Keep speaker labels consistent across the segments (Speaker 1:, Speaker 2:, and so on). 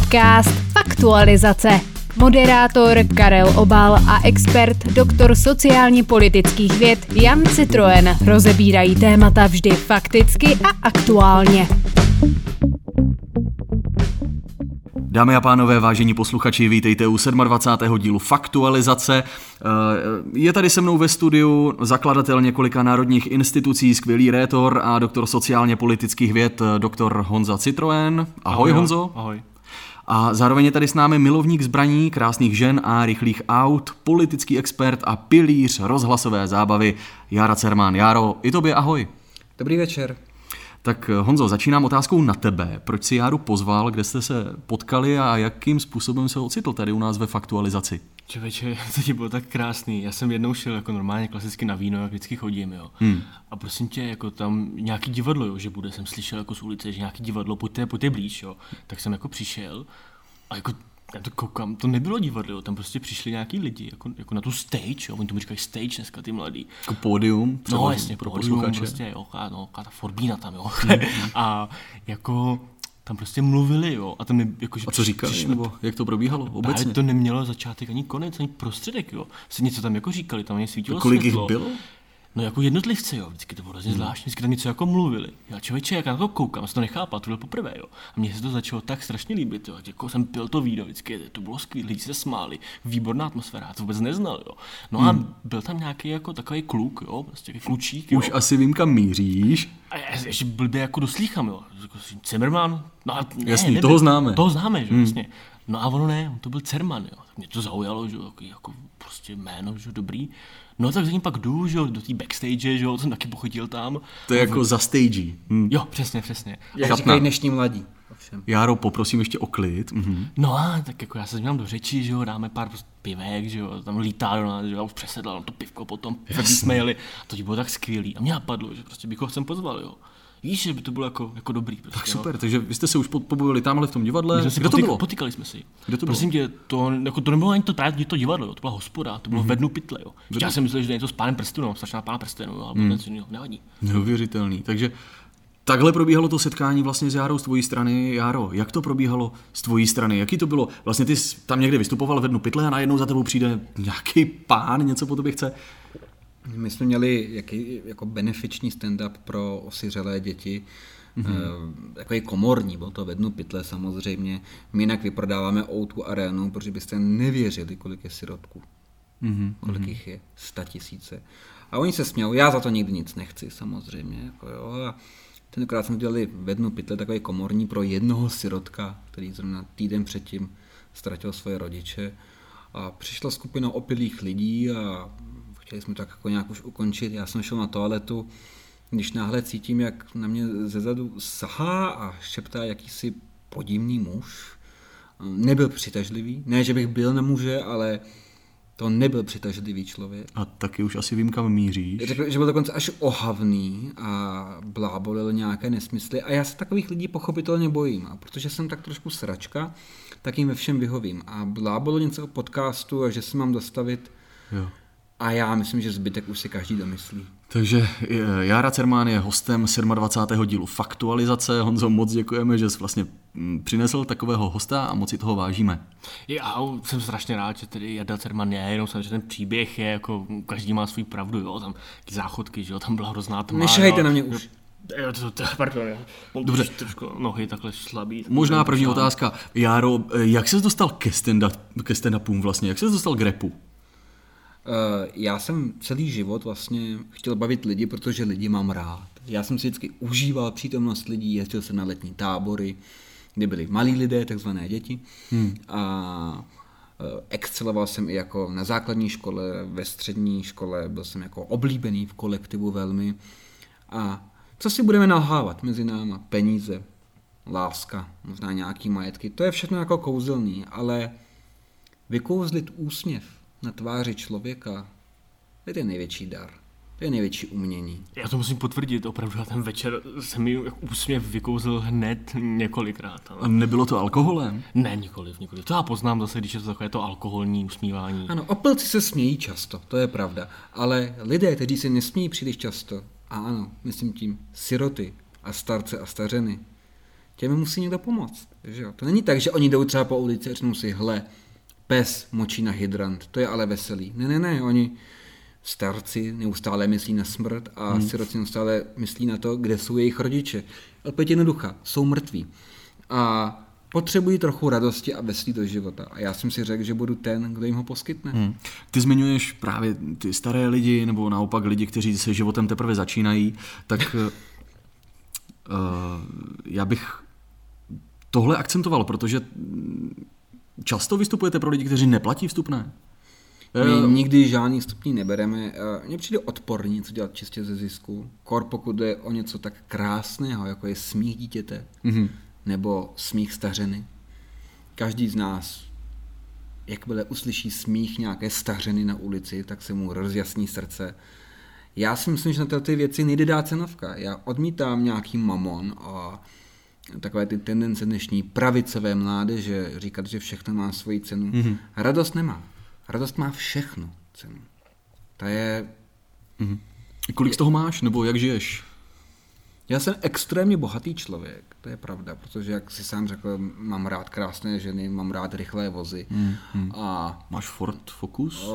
Speaker 1: Podcast Faktualizace. Moderátor Karel Obal a expert doktor sociálně politických věd Jan Citroen rozebírají témata vždy fakticky a aktuálně.
Speaker 2: Dámy a pánové, vážení posluchači, vítejte u 27. dílu Faktualizace. Eh, Je tady se mnou ve studiu zakladatel několika národních institucí, skvělý rétor a doktor sociálně politických věd, eh, doktor Honza Citroen. Ahoj, Ahoj Honzo.
Speaker 3: Ahoj.
Speaker 2: A zároveň je tady s námi milovník zbraní, krásných žen a rychlých aut, politický expert a pilíř rozhlasové zábavy Jara Cermán. Járo, i tobě ahoj.
Speaker 4: Dobrý večer.
Speaker 2: Tak eh, Honzo, začínám otázkou na tebe. Proč si Járu pozval, kde jste se potkali a jakým způsobem se ocitl tady u nás ve faktualizaci?
Speaker 3: Čověče, to ti bylo tak krásný. Já jsem jednou šel jako normálně klasicky na víno, jak vždycky chodím, jo. Hmm. A prosím tě, jako tam nějaký divadlo, jo, že bude, jsem slyšel jako z ulice, že nějaký divadlo, pojďte, pojďte blíž, jo. Tak jsem jako přišel a jako já to koukám, to nebylo divadlo, jo. tam prostě přišli nějaký lidi, jako, jako na tu stage, jo. oni tomu říkají stage dneska, ty mladí.
Speaker 2: Jako pódium?
Speaker 3: No
Speaker 2: přeložím
Speaker 3: jasně, pro
Speaker 2: posluchače. Hmm.
Speaker 3: posluchače. Prostě, jo, a no, a ta forbína tam, jo. a jako tam prostě mluvili, jo. A, tam mi, jako, že
Speaker 2: A co říkali?
Speaker 3: přišli-
Speaker 2: Nebo jak to probíhalo obecně?
Speaker 3: Právě to nemělo začátek ani konec, ani prostředek, jo. Se něco tam jako říkali, tam mě svítilo
Speaker 2: A kolik jich
Speaker 3: světlo.
Speaker 2: bylo? Hmm.
Speaker 3: No jako jednotlivci, jo, vždycky to bylo hrozně zvláštní, vždycky tam něco jako mluvili. Já člověče, jak já na to koukám, já jsem to nechápal, to bylo poprvé, jo. A mně se to začalo tak strašně líbit, jo. Jako jsem pil to víno, vždycky to bylo skvělé, lidi se smáli, výborná atmosféra, já to vůbec neznal, jo. No a byl tam nějaký jako takový kluk, jo, prostě jaký klučík, jo.
Speaker 2: Hmm. Už asi vím, kam míříš.
Speaker 3: A já se ještě blbě jako doslýchám, jo. Jako si Zimmerman? No a ne,
Speaker 2: Jasný,
Speaker 3: nebyl.
Speaker 2: toho známe. Hmm.
Speaker 3: Toho známe, že vlastně. No a ono ne, to byl Cerman, jo. Tak mě to zaujalo, že jo, takový jako prostě jméno, že jo, dobrý. No tak za ním pak jdu, že jo, do té backstage, že jo, jsem taky pochodil tam.
Speaker 2: To je jako za stage. Hm.
Speaker 3: Jo, přesně, přesně.
Speaker 2: Chatna.
Speaker 4: Jak říkají dnešní mladí. Ovšem.
Speaker 2: Járo, poprosím ještě o klid. Mhm.
Speaker 3: No a tak jako já se zmínám do řeči, že jo, dáme pár prostě pivek, že jo, tam lítá do nás, že jo, já už přesedlal na to pivko potom, tak jsme jeli, a to ti bylo tak skvělý. A mě napadlo, že prostě bych ho sem pozval, jo. Víš, že by to bylo jako, jako dobrý. Prostě,
Speaker 2: Tak
Speaker 3: no.
Speaker 2: super, takže vy jste se už po- pobavili tamhle v tom
Speaker 3: My
Speaker 2: divadle.
Speaker 3: jsme si
Speaker 2: Kde Eh, to
Speaker 3: potyk-
Speaker 2: bylo?
Speaker 3: Potýkali jsme si.
Speaker 2: Kde to bylo?
Speaker 3: Prosím tě, to, jako, to nebylo ani to právě to divadlo, jo, to byla hospoda, to bylo mm-hmm.
Speaker 2: Mhm.
Speaker 3: ve dnu pytle. Jo. Já jsem myslel, že to je něco s pánem prstenů, no, strašná pána prstenů, jo,
Speaker 2: Mhm.
Speaker 3: ale mm. něco jiného, nevadí.
Speaker 2: Neuvěřitelný. Takže takhle probíhalo to setkání vlastně s Járou z tvojí strany. Járo, jak to probíhalo z tvojí strany? Jaký to bylo? Vlastně ty jsi tam někde vystupoval ve dnu pytle a najednou za tebou přijde nějaký pán, něco po tobě chce.
Speaker 4: My jsme měli jaký, jako benefiční stand-up pro osiřelé děti. Mm-hmm. Takový komorní, bylo to ve dnu pytle samozřejmě. My jinak vyprodáváme O2 arénu, protože byste nevěřili, kolik je sirotků. Mm-hmm. Kolik jich je? Sta tisíce. A oni se smějou, já za to nikdy nic nechci samozřejmě. Jako jo. A tenkrát jsme dělali ve dnu pytle takový komorní pro jednoho sirotka, který zrovna týden předtím ztratil svoje rodiče. A přišla skupina opilých lidí a chtěli jsme to tak jako nějak už ukončit. Já jsem šel na toaletu, když náhle cítím, jak na mě zezadu sahá a šeptá jakýsi podivný muž. Nebyl přitažlivý, ne, že bych byl na muže, ale to nebyl přitažlivý člověk.
Speaker 2: A taky už asi vím, kam míříš.
Speaker 4: Řekl, že byl dokonce až ohavný a blábolil nějaké nesmysly a já se takových lidí pochopitelně bojím a protože jsem tak trošku sračka, tak jim ve všem vyhovím a blábolil něco o podcastu a že se mám dostavit
Speaker 2: Jo.
Speaker 4: a já myslím, že zbytek už si každý domyslí.
Speaker 2: Takže eh, Jára Cermán je hostem 27. dílu Faktualizace. Honzo, moc děkujeme, že jsi vlastně mm, přinesl takového hosta a moc si toho vážíme.
Speaker 3: Já jsem strašně rád, že tedy Jarda Cerman je, jenom jsem, že ten příběh je jako, každý má svůj pravdu, jo, tam ty záchodky, že jo, tam byla hrozná tma.
Speaker 4: Nešahejte
Speaker 3: jo.
Speaker 4: na mě už.
Speaker 3: Jo, to, to, pardon, jo. Mám Dobře. Trošku nohy takhle slabý. tak-
Speaker 2: Možná první otázka. Járo, eh, jak jsi dostal ke stand-up- ke stand-upům vlastně? Jak jsi dostal k repu?
Speaker 4: Eh, já jsem celý život vlastně chtěl bavit lidi, protože lidi mám rád. Já jsem si vždycky užíval přítomnost lidí, jezdil jsem na letní tábory, kde byli malí lidé, takzvané děti. Hmm. A eh, exceloval jsem i jako na základní škole, ve střední škole, byl jsem jako oblíbený v kolektivu velmi. A co si budeme nalhávat mezi náma? Peníze, láska, možná nějaký majetky. To je všechno jako kouzelný, ale Vykouzlit úsměv na tváři člověka, to je ten největší dar. To je největší umění.
Speaker 3: Já to musím potvrdit, opravdu, já ten večer jsem mi jako úsměv vykouzl hned několikrát. Ale...
Speaker 2: A nebylo to alkoholem?
Speaker 3: Ne, nikoliv, nikoliv. To já poznám zase, když je to takové to alkoholní usmívání.
Speaker 4: Ano, opilci se smějí často, to je pravda. Ale lidé, kteří se nesmějí příliš často, a ano, myslím tím siroty a starce a stařeny, těmi musí někdo pomoct. Že jo? To není tak, že oni jdou třeba po ulici a řeknou si, hle, pes močí na hydrant, to je ale veselý. Ne, ne, ne, oni starci neustále myslí na smrt a hmm. siroci neustále myslí na to, kde jsou jejich rodiče. Odpověď je jednoduchá, jsou mrtví. A potřebují trochu radosti a veselí do života. A já jsem si řekl, že budu ten, kdo jim ho poskytne. Hmm.
Speaker 2: Ty zmiňuješ právě ty staré lidi, nebo naopak lidi, kteří se životem teprve začínají, tak uh, já bych tohle akcentoval, protože často vystupujete pro lidi, kteří neplatí vstupné. Eh,
Speaker 4: My nikdy žádný stupní nebereme. Eh, Mně přijde odporný něco dělat čistě ze zisku. Kor pokud jde o něco tak krásného, jako je smích dítěte, mm-hmm. nebo smích stařeny. Každý z nás, jakmile uslyší smích nějaké stařeny na ulici, tak se mu rozjasní srdce. Já si myslím, že na tyhle ty věci nejde dát cenovka. Já odmítám nějaký mamon a takové ty tendence dnešní pravicové mládeže říkat, že všechno má svoji cenu. Mm-hmm. Radost nemá. Radost má všechno cenu. Ta je...
Speaker 2: Mm-hmm. Kolik z toho máš, nebo jak žiješ?
Speaker 4: Já jsem extrémně bohatý člověk, to je pravda, protože jak si sám řekl, mám rád krásné ženy, mám rád rychlé vozy. Mm-hmm. A
Speaker 2: máš Ford Focus?
Speaker 4: Uh,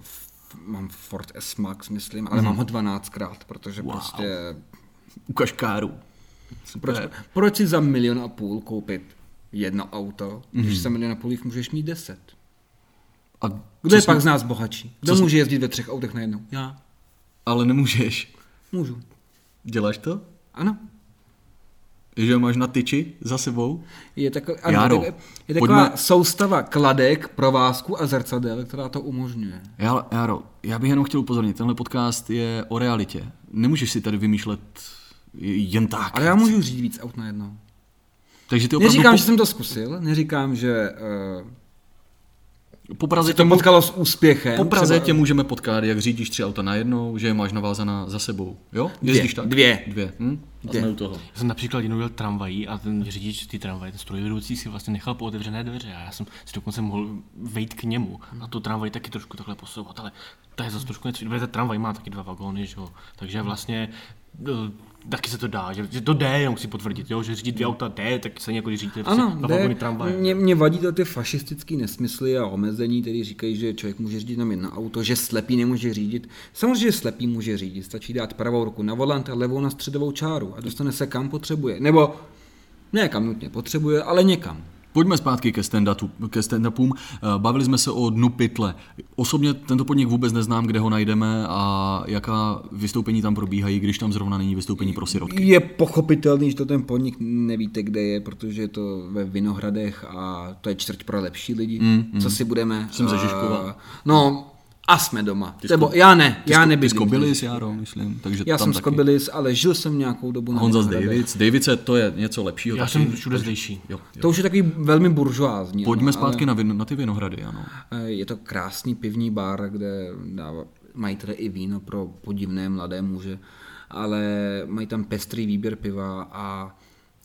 Speaker 4: f- mám Ford S-Max, myslím, ale mm-hmm. mám ho 12krát, protože wow. prostě...
Speaker 2: Ukaž káru. Eh,
Speaker 4: Proč, proč si za milion a půl koupit jedno auto, když mm-hmm. za milion a půl jich můžeš mít deset? A Kdo je jsi... pak z nás bohatší? Kdo co může jsi... jezdit ve třech autech najednou?
Speaker 2: Já. Ale nemůžeš.
Speaker 4: Můžu.
Speaker 2: Děláš to?
Speaker 4: Ano.
Speaker 2: Že máš na tyči za sebou?
Speaker 4: Je, tako, ano, Jaro, je, tak, je taková pojďme... soustava kladek, provázku a zrcadel, která to umožňuje.
Speaker 2: Já, Jaro, já bych jenom chtěl upozornit, tenhle podcast je o realitě. Nemůžeš si tady vymýšlet jen tak.
Speaker 4: Ale já můžu říct víc aut najednou.
Speaker 2: Takže ty
Speaker 4: neříkám, po... že jsem to zkusil, neříkám, že uh,
Speaker 2: po Praze
Speaker 4: to potkalo s úspěchem.
Speaker 2: Po Praze třeba... tě můžeme potkat, jak řídíš tři auta najednou, že je máš navázaná za sebou. Jo?
Speaker 4: Dvě. Jezdíš
Speaker 2: tak?
Speaker 4: Dvě.
Speaker 2: Dvě. Hm? A Dvě. jsme u toho.
Speaker 3: Já jsem například jednou jel tramvají a ten řidič ty tramvaje, ten strojvedoucí si vlastně nechal po otevřené dveře a já jsem si dokonce mohl vejít k němu a to tramvaj taky trošku takhle posouvat, ale to je zase trošku něco, protože ten tramvaj má taky dva vagóny, že jo? takže
Speaker 4: Hmm.
Speaker 3: vlastně taky se to dá, že, že to jde, jenom chci potvrdit, jo, že řídit dvě auta jde, tak se jako řídíte
Speaker 4: ano, jde. tramvaje. Mě, mě vadí to ty fašistické nesmysly a omezení, které říkají, že člověk může řídit jenom jedno auto, že slepý nemůže řídit. Samozřejmě slepý může řídit, stačí dát pravou ruku na volant a levou na středovou čáru a dostane se kam potřebuje, nebo ne kam nutně potřebuje, ale někam.
Speaker 2: Pojďme zpátky ke, stand-upu, ke stand-upům. Eh, Bavili jsme se o dnu pytle. Osobně tento podnik vůbec neznám, kde ho najdeme a jaká vystoupení tam probíhají, když tam zrovna není vystoupení pro sirotky.
Speaker 4: Je pochopitelný, že to ten podnik nevíte, kde je, protože je to ve Vinohradech a to je čtvrť pro lepší lidi. Mm, mm. Co si budeme...
Speaker 2: Jsem ze Žižkova.
Speaker 4: No, a jsme doma. Tysko, Nebo já ne,
Speaker 2: tysko,
Speaker 4: já
Speaker 2: nebydlím. Ty Skobilis, Jaro, myslím. Takže
Speaker 4: já jsem Skobilis, ale žil jsem nějakou dobu
Speaker 2: na Honza z Davids. Davice, to je něco lepšího.
Speaker 3: Já taky. jsem všude zdejší.
Speaker 4: Jo, jo. To už je takový velmi buržoázní. eh,
Speaker 2: Pojďme no, zpátky ale... na, vin, na ty vinohrady, ano.
Speaker 4: Je to krásný pivní bar, kde dává, mají teda i víno pro podivné mladé muže, ale mají tam pestrý výběr piva a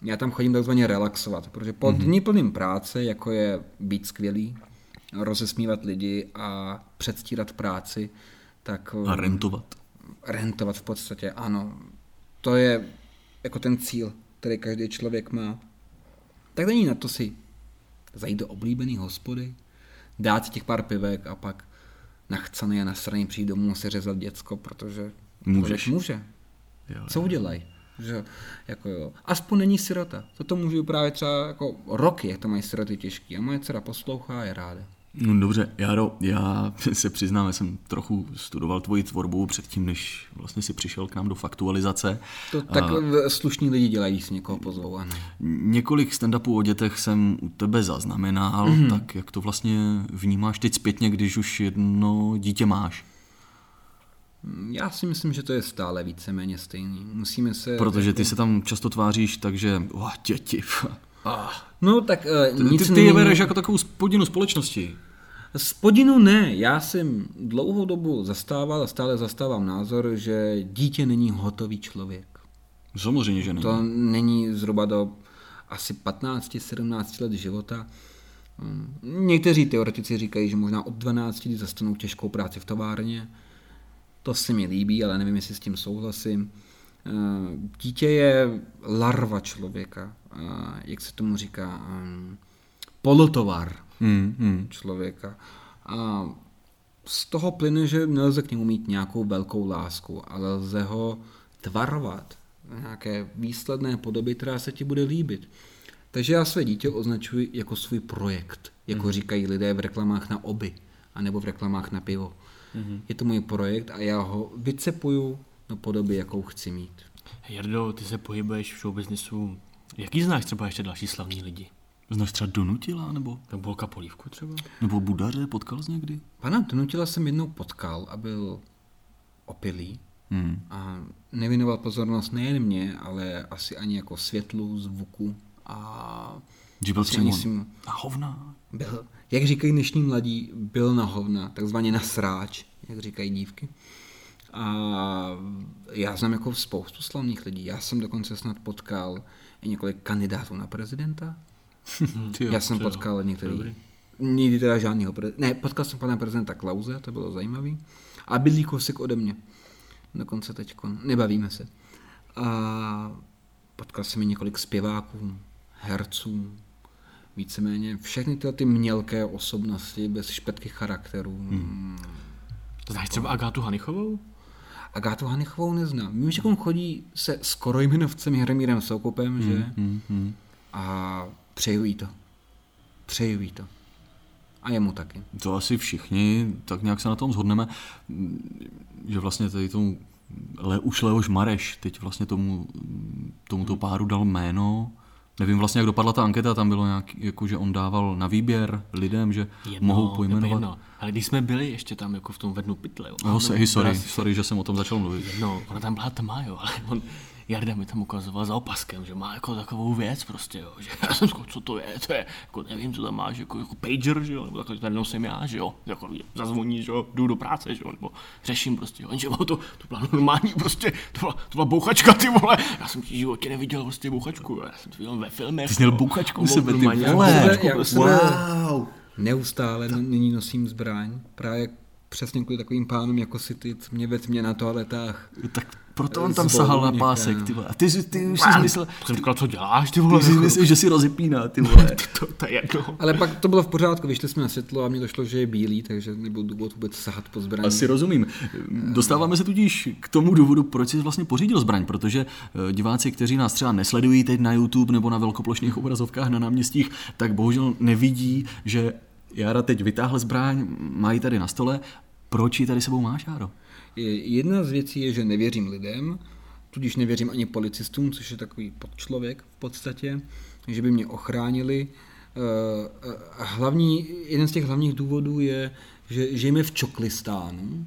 Speaker 4: já tam chodím takzvaně relaxovat, protože po mm-hmm.
Speaker 2: Mhm.
Speaker 4: dní plným práce, jako je být skvělý, rozesmívat lidi a předstírat práci, tak...
Speaker 2: A rentovat.
Speaker 4: Rentovat v podstatě, ano. To je jako ten cíl, který každý člověk má. Tak není na to si zajít do oblíbený hospody, dát těch pár pivek a pak nachcaný a nasraný přijít domů si řezat děcko, protože...
Speaker 2: Můžeš?
Speaker 4: Může. Jo, Co udělají? že jako jo. Aspoň není sirota. Toto můžu právě třeba jako roky, jak to mají siroty těžký. A moje dcera poslouchá a je ráda.
Speaker 2: No dobře, Jaro, já se přiznám, já jsem trochu studoval tvoji tvorbu předtím, než vlastně si přišel k nám do faktualizace.
Speaker 4: To tak a... slušní lidi dělají, když si někoho pozvou, ano.
Speaker 2: Několik stand-upů o dětech jsem u tebe zaznamenal, mm-hmm.
Speaker 3: Mhm.
Speaker 2: tak jak to vlastně vnímáš teď zpětně, když už jedno dítě máš?
Speaker 4: Já si myslím, že to je stále víceméně stejný. Musíme se...
Speaker 2: Protože ty se tam často tváříš, takže oh, děti.
Speaker 4: Ah. No tak uh,
Speaker 2: ty, nic ty, ty je bereš jako takovou spodinu společnosti.
Speaker 4: Spodinu ne, já jsem dlouhou dobu zastával a stále zastávám názor, že dítě není hotový člověk.
Speaker 2: Samozřejmě, že není.
Speaker 4: To není zhruba do asi 15-17 let života. Hm, Někteří teoretici říkají, že možná od 12 zastanou těžkou práci v továrně. To se mi líbí, ale nevím, jestli s tím souhlasím. Dítě je Eh, larva člověka eh, jak se tomu říká, um, polotovar
Speaker 2: Hmm, hmm.
Speaker 4: člověka. A z toho plyne, že nelze k němu mít nějakou velkou lásku, ale lze ho tvarovat na nějaké výsledné podoby, která se ti bude líbit. Takže já své dítě označuji jako svůj projekt, jako hmm. říkají lidé v reklamách na oby, anebo v reklamách na pivo. Hmm. Je to můj projekt a já ho vycepuju do podoby, jakou chci mít.
Speaker 3: Jardo, ty se pohybuješ v showbiznisu. Jaký znáš třeba ještě další slavní lidi?
Speaker 2: Znáš třeba Donutila, nebo,
Speaker 3: Nebo Bolka Polívku třeba?
Speaker 2: nebo Budaře, potkal jsi někdy?
Speaker 4: Pana Donutila jsem jednou potkal a byl opilý
Speaker 2: Hmm.
Speaker 4: a nevěnoval pozornost nejen mě, ale asi ani jako světlu, zvuku a
Speaker 2: Že byl
Speaker 4: asi ani
Speaker 2: přímo
Speaker 4: jsem
Speaker 2: na hovna.
Speaker 4: byl, jak říkají dnešní mladí, byl na hovna, takzvaně na sráč, jak říkají dívky. A já znám jako spoustu slavných lidí. Já jsem dokonce snad potkal i několik kandidátů na prezidenta.
Speaker 3: Ty
Speaker 4: Hmm. já jsem
Speaker 3: ty
Speaker 4: potkal
Speaker 3: Dobrý.
Speaker 4: některý. Nikdy teda žádného pre... Ne, potkal jsem pana prezidenta Klauze, to bylo zajímavý. A bydlí kousek ode mě. Dokonce teďko, nebavíme se. A potkal jsem i několik zpěváků, herců, víceméně všechny tyhle ty mělké osobnosti bez špetky charakterů. Hmm.
Speaker 3: Znáš třeba Agátu Hanichovou?
Speaker 4: Agátu Hanichovou neznám. Vím, že on chodí se skoro jmenovcem Jaromírem Soukupem, hmm. že?
Speaker 2: Hmm, hmm.
Speaker 4: A přeju jí to. Přeju jí to. A jemu taky.
Speaker 2: To asi všichni, tak nějak se na tom shodneme, mm, že vlastně tady tomu Le, už Leoš Mareš teď vlastně tomu, mm, tomuto páru dal jméno. Nevím vlastně, jak dopadla ta anketa, tam bylo nějak, jako, že on dával na výběr lidem, že jedno, mohou pojmenovat.
Speaker 3: Jedno. Ale když jsme byli ještě tam jako v tom vednu pytle, jo.
Speaker 2: No, se, hej, sorry,
Speaker 3: Raz-
Speaker 2: sorry, že jsem o tom začal mluvit.
Speaker 3: No, ona tam byla tma, jo, ale on, Jarda mi tam ukazoval za opaskem, že má jako takovou věc prostě, jo, že já jsem říkal, co to je, to je, jako nevím, co tam máš, jako, jako pager, že jo, nebo takhle, najednou jsem já, že jo, jako zazvoní, že jo, jdu do práce, že jo, nebo řeším prostě, jo, že to, to byla normální prostě, to byla, to byla bouchačka, ty vole, já jsem v životě neviděl prostě bouchačku, jo, já jsem to viděl ve filmech.
Speaker 2: Ty jsi měl
Speaker 3: jo.
Speaker 2: bouchačku u
Speaker 3: No,
Speaker 2: sebe, ty
Speaker 3: normálně, já
Speaker 2: vole.
Speaker 3: jsem
Speaker 4: Já,
Speaker 3: bouchačku
Speaker 4: já,
Speaker 3: prostě-
Speaker 4: wow! Neustále no, nyní nosím zbraň. Právě přesně kvůli takovým pánům, jako si ty mě ve tmě na toaletách.
Speaker 2: Tak proto on
Speaker 4: Z
Speaker 2: tam sahal na
Speaker 4: Bohumíka.
Speaker 2: pásek, ty vole. A ty, jsi- ty už jsi myslel,
Speaker 3: To jsem říkal, co děláš, ty vole,
Speaker 2: prostě. ty jsi
Speaker 3: jako,
Speaker 2: myslel, že si rozepíná, ty vole.
Speaker 3: to, to je jedno.
Speaker 4: Ale pak to bylo v pořádku, vyšli jsme na světlo a mě došlo, že je bílý, takže nebyl důvod vůbec sahat po zbraní.
Speaker 2: Asi rozumím. Dostáváme se tudíž k tomu důvodu, proč jsi vlastně pořídil zbraň, protože eh, diváci, kteří nás třeba nesledují teď na YouTube nebo na velkoplošných obrazovkách na náměstích, tak bohužel nevidí, že Jara teď vytáhl zbraň, mají tady na stole. Proč ji tady sebou máš, Jaro?
Speaker 4: Je- Jedna z věcí je, že nevěřím lidem, tudíž nevěřím ani policistům, což je takový podčlověk v podstatě, že by mě ochránili. Eh, eh, a Hlavní, jeden z těch hlavních důvodů je, že žijeme v Čoklistánu,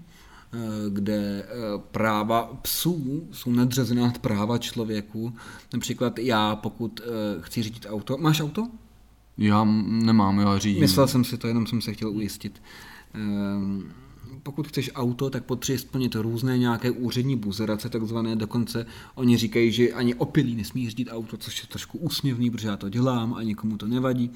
Speaker 4: eh, kde eh, práva psů jsou nadřazená práva člověku. Například já, pokud eh, chci řídit auto, máš auto?
Speaker 2: Já m- nemám, já řídím.
Speaker 4: Myslel jsem si to, jenom jsem se chtěl ujistit. Ehm, Pokud chceš auto, tak potřebuješ splnit různé nějaké úřední buzerace, takzvané dokonce oni říkají, že ani opilí nesmí řídit auto, což je trošku úsměvný, protože já to dělám a nikomu to nevadí.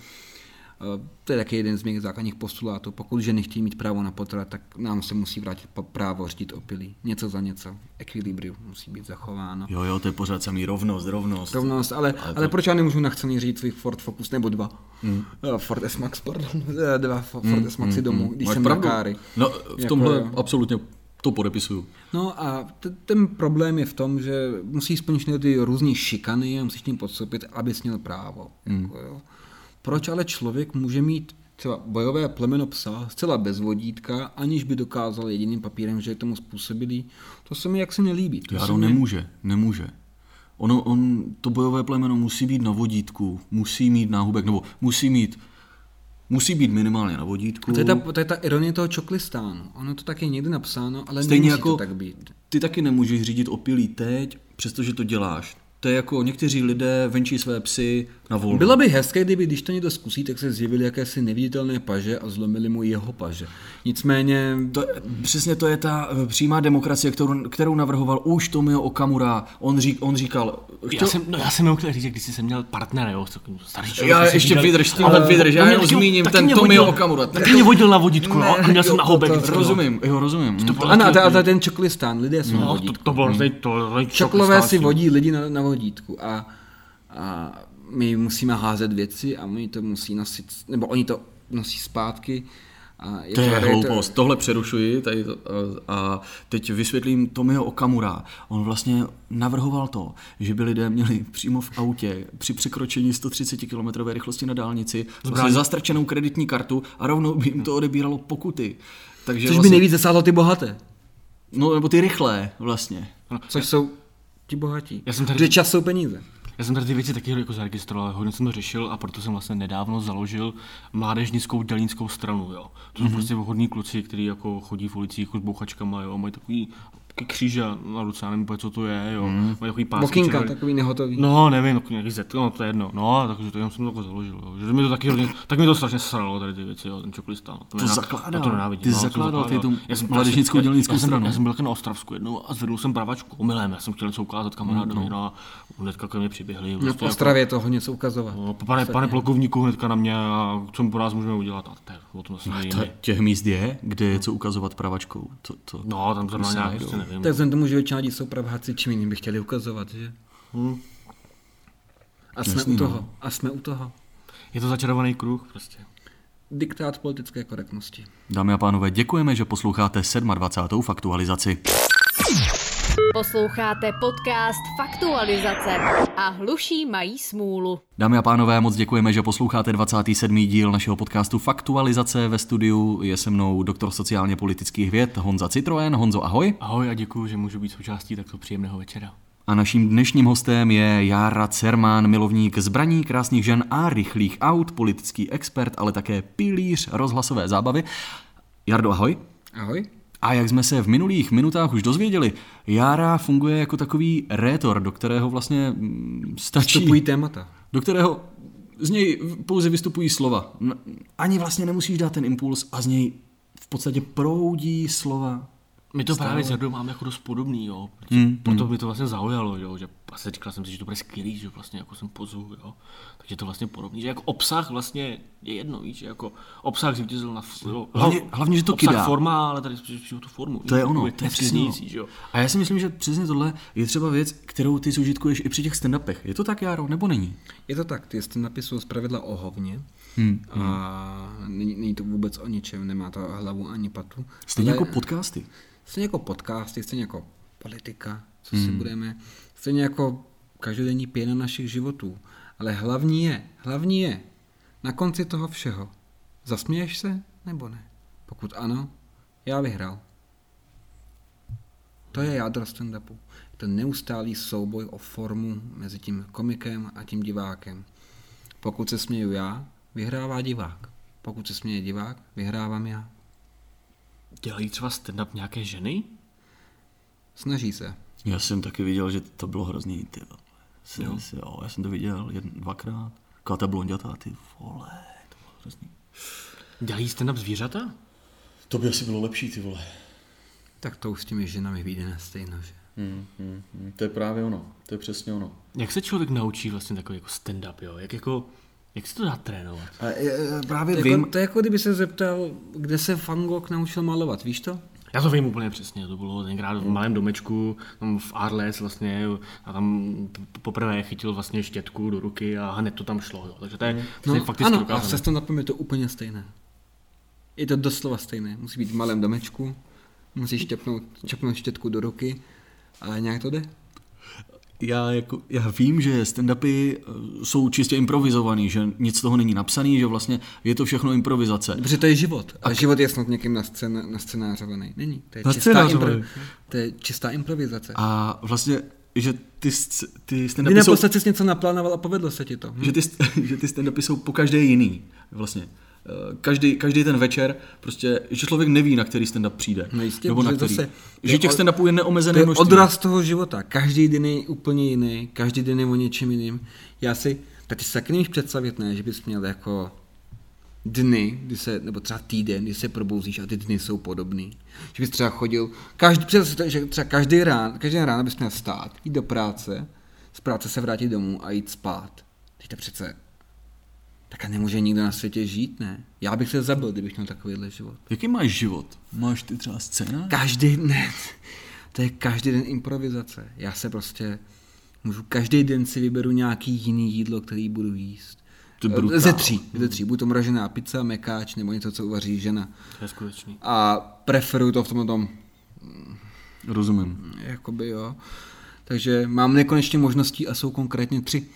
Speaker 4: Ehm, To je taky jeden z mých základních postulátů. Pokud ženy chtějí mít právo na potrat, tak nám se musí vrátit po- právo řídit opilí. Něco za něco. Equilibrium musí být zachováno.
Speaker 2: Jo, jo, to je pořád samý rovnost, rovnost.
Speaker 4: Rovnost, ale, ale, ale proč já nemůžu nachceně říct svůj Ford Focus nebo dva?
Speaker 2: Hmm.
Speaker 4: Mm. Ford S-Max, pardon, eh, dva Fo- Ford S-Maxy domů, když
Speaker 2: Máš
Speaker 4: jsem
Speaker 2: hmm, pravdu.
Speaker 4: na káry.
Speaker 2: No, v
Speaker 4: Jako
Speaker 2: tomhle
Speaker 4: jo.
Speaker 2: absolutně to podepisuju.
Speaker 4: No a t- ten problém je v tom, že musíš splnit všechny ty různé šikany a musíš tím podstoupit, abys měl právo.
Speaker 2: Hmm.
Speaker 4: Mm. Jako, jo. Proč ale člověk může mít třeba bojové plemeno psa zcela bez vodítka, aniž by dokázal jediným papírem, že je tomu způsobilý? To se mi jaksi nelíbí. To se
Speaker 2: Jaro
Speaker 4: mi-
Speaker 2: nemůže, nemůže. Ono, on, to bojové plemeno musí být na vodítku, musí mít náhubek, nebo musí mít, musí být minimálně na vodítku.
Speaker 4: To je, ta, to je ta ironie toho čoklistánu. Ono to taky někdy napsáno, ale
Speaker 2: Stejně
Speaker 4: nemusí
Speaker 2: jako-
Speaker 4: to tak být.
Speaker 2: Ty taky nemůžeš řídit opilí teď, přestože to děláš. To je jako někteří lidé venčí své psy na volno.
Speaker 4: Bylo by hezké, kdyby, když to někdo zkusí, tak se zjevily jakési neviditelné paže a zlomili mu jeho paže. Nicméně,
Speaker 2: To, přesně to je ta eh, přímá demokracie, kterou, kterou navrhoval už Tomio Okamura. On, řík, on říkal,
Speaker 3: Já jsem, no já jsem jenom chtěl říct, že když jsi jsem měl partnera, jo, co starší člověk.
Speaker 2: Já
Speaker 3: jsme si
Speaker 2: ještě
Speaker 3: vídali,
Speaker 2: vydrž, ty
Speaker 3: ale
Speaker 2: vole, vydrž, já
Speaker 3: on mě
Speaker 2: jenom
Speaker 3: taky-
Speaker 2: zmíním
Speaker 3: taky
Speaker 2: ten
Speaker 3: mě
Speaker 2: Tomio
Speaker 3: vodil-
Speaker 2: Okamura.
Speaker 3: Taky mě vodil na vodítku, jo, a měl jsem na hobek. vždycky, jo.
Speaker 2: rozumím, jo, rozumím. Mm.
Speaker 3: To bylo
Speaker 4: ano, a
Speaker 3: taky-
Speaker 4: ta, ta, ten čoklistán, lidé jsou no,
Speaker 3: No, to, to bylo to, to, to, to,
Speaker 4: Čoklové si vodí lidi na, na vodítku a, a my musíme házet věci a oni to musí nosit, nebo oni to nosí zpátky. A
Speaker 2: To je
Speaker 4: tady
Speaker 2: hloupost. Tohle přerušuji tady to, a a teď vysvětlím Tomio Okamura. On vlastně navrhoval to, že by lidé měli přímo v autě při překročení 130 km rychlosti na dálnici vlastně zastrčenou kreditní kartu a rovnou by jim to odebíralo pokuty. Takže
Speaker 4: Což by
Speaker 2: vlastně,
Speaker 4: nejvíc zasáhlo ty bohaté,
Speaker 2: No nebo ty rychlé vlastně.
Speaker 4: což jsou ti bohatí.
Speaker 3: Já jsem tady-
Speaker 4: Protože čas jsou peníze.
Speaker 3: Já jsem tady ty věci taky jako zaregistroval, hodně jsem to řešil a proto jsem vlastně nedávno založil mládežnickou dělnickou stranu, jo. To jsou
Speaker 2: Mhm.
Speaker 3: mm-hmm. prostě hodní kluci, kteří jako chodí v ulicích s bouchačkama, jo, a mají takový taky kříže na ruce, já nevím, úplně, co to je, jo. Mm-hmm.
Speaker 2: Mhm.
Speaker 3: Mají takový pásky.
Speaker 4: Bokinka,
Speaker 3: červený.
Speaker 4: takový nehotový.
Speaker 3: No, nevím, jako nějaký zet, no to je jedno. No, takže to jenom jsem to jako založil. Jo. Že mi to taky hodně, tak mi to strašně sralo tady ty věci, jo, ten čokolista.
Speaker 2: To
Speaker 3: nená-
Speaker 2: zakládal.
Speaker 3: já To nenávidím,
Speaker 2: Ty
Speaker 3: no, to
Speaker 2: zakládal ty
Speaker 3: zakládal.
Speaker 2: tu
Speaker 3: Já jsem-
Speaker 2: mládežnickou
Speaker 3: já-
Speaker 2: dělnickou
Speaker 3: já jsem-
Speaker 2: stranu.
Speaker 3: Já jsem byl taky na Ostravsku jednou a zvedl jsem pravačku omylem, já jsem chtěl něco ukázat kamarádovi, no. a hnedka ke mně přiběhli. prostě jako-
Speaker 4: No, v Ostravě toho něco ukazovat.
Speaker 3: No, pane, pane plukovníku, hnedka na mě, a co mu po nás můžeme udělat? A No, to je o tom zase
Speaker 2: To,
Speaker 3: nejde.
Speaker 2: těch míst je, kde je co ukazovat pravačkou. To, to.
Speaker 3: No, tam zrovna nějak, prostě nevím.
Speaker 4: Tak vzhledem tomu, že většina lidí jsou praváci, čím jiným by chtěli ukazovat, že? A jsme u
Speaker 2: no.
Speaker 4: toho. A jsme u toho.
Speaker 3: Je to začarovaný kruh prostě.
Speaker 4: Diktát politické korektnosti.
Speaker 2: Dámy a pánové, děkujeme, že posloucháte 27. faktualizaci.
Speaker 1: Posloucháte podcast Faktualizace a hluší mají smůlu.
Speaker 2: Dámy a pánové, moc děkujeme, že posloucháte 27. díl našeho podcastu Faktualizace. Ve studiu je se mnou doktor sociálně politických věd Honza Citroen. Honzo, ahoj.
Speaker 3: Ahoj a děkuji, že můžu být součástí takto příjemného večera.
Speaker 2: A naším dnešním hostem je Jára Cermán, milovník zbraní, krásných žen a rychlých aut, politický expert, ale také pilíř rozhlasové zábavy. Jardo, ahoj.
Speaker 4: Ahoj.
Speaker 2: A jak jsme se v minulých minutách už dozvěděli, Jára funguje jako takový rétor, do kterého vlastně mm, stačí...
Speaker 4: Vstupují témata.
Speaker 2: do kterého z něj pouze vystupují slova. N- Ani vlastně nemusíš dát ten impuls a z něj v podstatě proudí slova.
Speaker 3: My to právě s Jardou máme jako dost podobný, jo. Hmm, proto mi to vlastně zaujalo, jo, že vlastně říkal jsem si, že to bude skvělý, že vlastně jako jsem pozvu, jo. Takže to vlastně podobný, že jako obsah vlastně je jedno, víš, že jako obsah zvítězil na... Jo,
Speaker 2: Hlavně- hlavně, že to
Speaker 3: obsah
Speaker 2: kydá.
Speaker 3: forma, ale tady spíš spíš o tu formu.
Speaker 2: To
Speaker 3: víš,
Speaker 2: je ono,
Speaker 3: takový
Speaker 2: to je přesně ono.
Speaker 3: nepříznící, že jo.
Speaker 2: A já si myslím, že přesně tohle je třeba věc, kterou ty zužitkuješ i při těch stand-upech. Je to tak, Járo, nebo není?
Speaker 4: Je to tak, ty jste napisují zpravidla o hovně hmm. a
Speaker 2: Hmm.
Speaker 4: není, není to vůbec o ničem, nemá to hlavu ani patu.
Speaker 2: Stejně
Speaker 4: Ale-
Speaker 2: jako podcasty.
Speaker 4: Stejně jako podcasty, stejně jako politika, co si budeme, stejně jako každodenní pěna našich životů. Ale hlavní je, hlavní je, na konci toho všeho, zasměješ se nebo ne? Pokud ano, já vyhrál. To je jádro stand-upu. To neustálý souboj o formu mezi tím komikem a tím divákem. Pokud se směju já, vyhrává divák. Pokud se směje divák, vyhrávám já.
Speaker 3: Dělají třeba stand-up nějaké ženy?
Speaker 4: Snaží se.
Speaker 2: Já jsem taky viděl, že to bylo hrozný, ty vole. Jsem, jo. jo. já jsem to viděl jeden, dvakrát. Taková ta blondětá, ty vole, to bylo hrozný.
Speaker 3: Dělají stand-up zvířata?
Speaker 2: To by asi bylo lepší, ty vole.
Speaker 4: Tak to už s těmi ženami vyjde na stejno, že?
Speaker 2: Hmm, To je právě ono, to je přesně ono.
Speaker 3: Jak se člověk naučí vlastně takový jako stand-up, jo? Jak jako, jak se to dá trénovat?
Speaker 2: A, e, právě
Speaker 4: To je,
Speaker 2: vím,
Speaker 4: jako, to je jako kdyby se zeptal, kde se Van Gogh naučil malovat, víš to?
Speaker 3: Já to vím úplně přesně, to bylo tenkrát v malém domečku, tam v Arles vlastně, a tam p- poprvé chytil vlastně štětku do ruky a hned to tam šlo, jo. takže to je, to je fakticky
Speaker 4: No, ano, a
Speaker 3: dokázané.
Speaker 4: se stand je to úplně stejné. Je to doslova stejné. Musí být v malém domečku, musí štěpnout, štěpnout štětku do ruky, ale nějak to jde.
Speaker 2: já, jako, já vím, že stand-upy eh, jsou čistě improvizovaný, že nic z toho není napsaný, že vlastně je to všechno improvizace.
Speaker 4: Protože to je život. A život je snad někým nascen- nascenářovaný. Není. To je, čistá,
Speaker 3: Nascenářovaný.
Speaker 4: impro- to je čistá improvizace. A
Speaker 2: A vlastně, že ty, sc- ty
Speaker 4: Ty
Speaker 2: stand-upy jsou...
Speaker 4: naposled jsi něco naplánoval a povedlo se ti to. Hm?
Speaker 2: Že ty, st- že ty stand-upy jsou po každé jiný, vlastně. Eh, Každý, každý ten večer, prostě, že člověk neví, na který stand-up přijde.
Speaker 4: No jistě,
Speaker 2: nebo na
Speaker 4: protože
Speaker 2: který.
Speaker 4: zase-
Speaker 2: že těch stand-upů je
Speaker 4: To
Speaker 2: neomezené
Speaker 4: je
Speaker 2: množství.
Speaker 4: odraz toho života. Každý den je úplně jiný, každý den je o něčem jiným. Já si, tak ty si taky nemůžeš představit, ne, že bys měl jako dny, kdy se, nebo třeba týden, kdy se probouzíš a ty dny jsou podobný. Že bys třeba chodil, každý, představ si to, že třeba každý rán, každý ráno bys měl stát, jít do práce, z práce se vrátit domů a jít spát. Teď to přece tak nemůže nikdo na světě žít, ne? Já bych se zabil, kdybych měl takovýhle život.
Speaker 2: Jaký máš život? Máš ty třeba scénář?
Speaker 4: Každý den. To je každý den improvizace. Já se prostě Můžu, každý den si vyberu nějaký jiný jídlo, který budu jíst.
Speaker 2: To je
Speaker 4: Eh,
Speaker 2: brutál.
Speaker 4: ze tří, ze tří. Buď to mražená pizza, mekáč, nebo něco, co uvaří žena.
Speaker 3: To je skutečný.
Speaker 4: A preferuju to v tomhle tom
Speaker 2: Rozumím.
Speaker 4: Jakoby jo. Takže mám nekonečně možností a jsou konkrétně tři.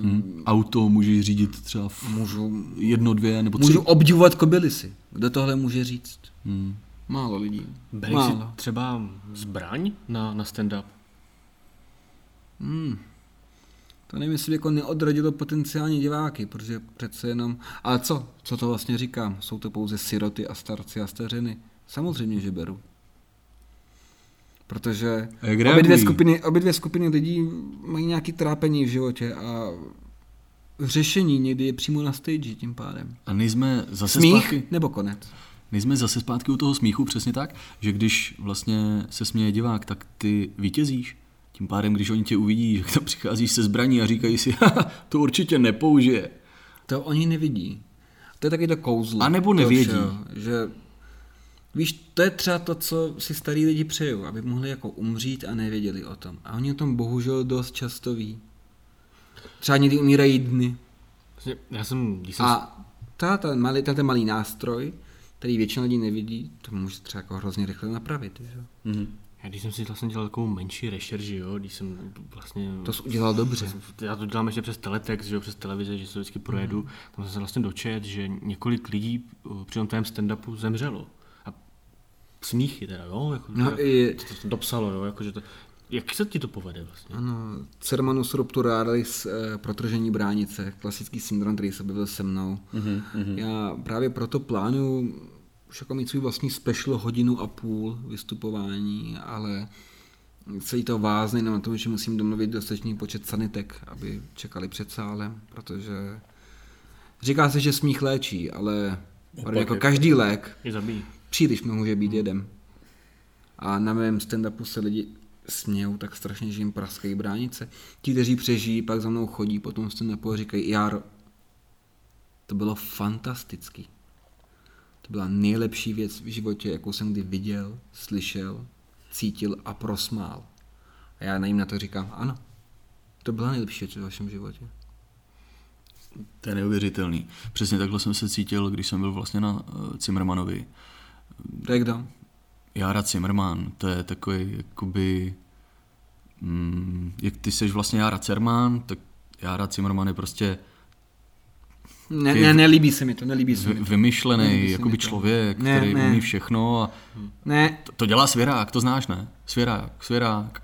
Speaker 4: Uh, hmm.
Speaker 2: Auto můžeš řídit třeba v
Speaker 4: Můžu,
Speaker 2: jedno, dvě nebo tři.
Speaker 4: můžu obdivovat kobylisy. Kdo tohle může říct?
Speaker 2: Hmm.
Speaker 4: Málo lidí.
Speaker 3: Bereš si
Speaker 4: Málo.
Speaker 3: třeba zbraň na, na stand-up?
Speaker 4: Hmm. To nevím, jestli by jako neodradilo potenciální diváky, protože přece jenom... Ale co? Co to vlastně říkám? Jsou to pouze siroty a starci a stařeny. Samozřejmě, že beru. Protože
Speaker 2: A jak
Speaker 4: obě dvě,
Speaker 2: reagují?
Speaker 4: skupiny, obě dvě skupiny lidí mají nějaké trápení v životě a řešení někdy je přímo na stage tím pádem.
Speaker 2: A nejsme zase
Speaker 4: Smích
Speaker 2: zpátky.
Speaker 4: nebo konec?
Speaker 2: Nejsme zase zpátky u toho smíchu, přesně tak, že když vlastně se směje divák, tak ty vítězíš. Tím pádem, když oni tě uvidí, že tam přicházíš se zbraní a říkají si, "Haha, to určitě nepoužije.
Speaker 4: To oni nevidí. To je taky to kouzlo.
Speaker 2: A nebo
Speaker 4: To
Speaker 2: nevědí.
Speaker 4: všeho, že Víš, to je třeba to, co si starí lidi přejou, aby mohli jako umřít a nevěděli o tom. A oni o tom bohužel dost často ví. Třeba někdy umírají dny.
Speaker 3: Vlastně, Já jsem, když jsem
Speaker 4: A ta, ta malý, ten malý nástroj, který většina lidí nevidí, to může třeba jako hrozně rychle napravit. Že?
Speaker 3: Já když jsem si vlastně dělal takovou menší rešerži, jo, když jsem vlastně...
Speaker 4: To jsi udělal dobře.
Speaker 3: Já to dělám ještě přes teletext, že jo, přes televize, že se to vždycky projedu.
Speaker 4: Hmm.
Speaker 3: Tam jsem se vlastně dočet, že několik lidí o, při tom tvém stand-upu zemřelo. A smíchy teda, jo, jako,
Speaker 4: No
Speaker 3: to,
Speaker 4: i-
Speaker 3: to, to, dopsalo, jo, jako, že to, jak se ti to povede
Speaker 4: No.
Speaker 3: vlastně?
Speaker 4: Ano, Cermanus rupturalis, eh, protržení bránice, klasický syndrom, který se objevil se mnou. Mm-hmm. Já právě proto plánuju už jako mít svůj vlastní special hodinu a půl vystupování, ale celý to vázne jenom na tom, že musím domluvit dostatečný počet sanitek, aby čekali před sálem, protože říká se, že smích léčí, ale jako každý lék
Speaker 3: Je zabíjí.
Speaker 4: příliš mi může být jedem. A na mém stand-upu se lidi smějou tak strašně, že jim praskají bránice. Ti, kteří přežijí, pak za mnou chodí po tom stand-upu a říkají, Jaro, to bylo fantastický. To byla nejlepší věc v životě, jakou jsem kdy viděl, slyšel, cítil a prosmál. A já na jim na to říkám, ano, to byla nejlepší věc v vašem životě.
Speaker 2: To je neuvěřitelný. Přesně takhle jsem se cítil, když jsem byl vlastně na eh, Zimmermanovi.
Speaker 4: Breakdown.
Speaker 2: Jára Zimmerman, to je takový, jakoby, mm, jak ty seš vlastně Jára Cerman, tak Jára Zimmerman je prostě
Speaker 4: Ne,
Speaker 2: Ty- Mhm.
Speaker 4: ne, nelíbí se mi to, nelíbí se
Speaker 2: vy,
Speaker 4: mi to.
Speaker 2: vymyšlený,
Speaker 4: Nelíbí se mi
Speaker 2: jakoby
Speaker 4: to.
Speaker 2: člověk,
Speaker 4: Ne,
Speaker 2: který
Speaker 4: ne.
Speaker 2: umí všechno a
Speaker 4: Ne,
Speaker 2: To, to dělá Svěrák, to znáš, ne? Svěrák, Svěrák.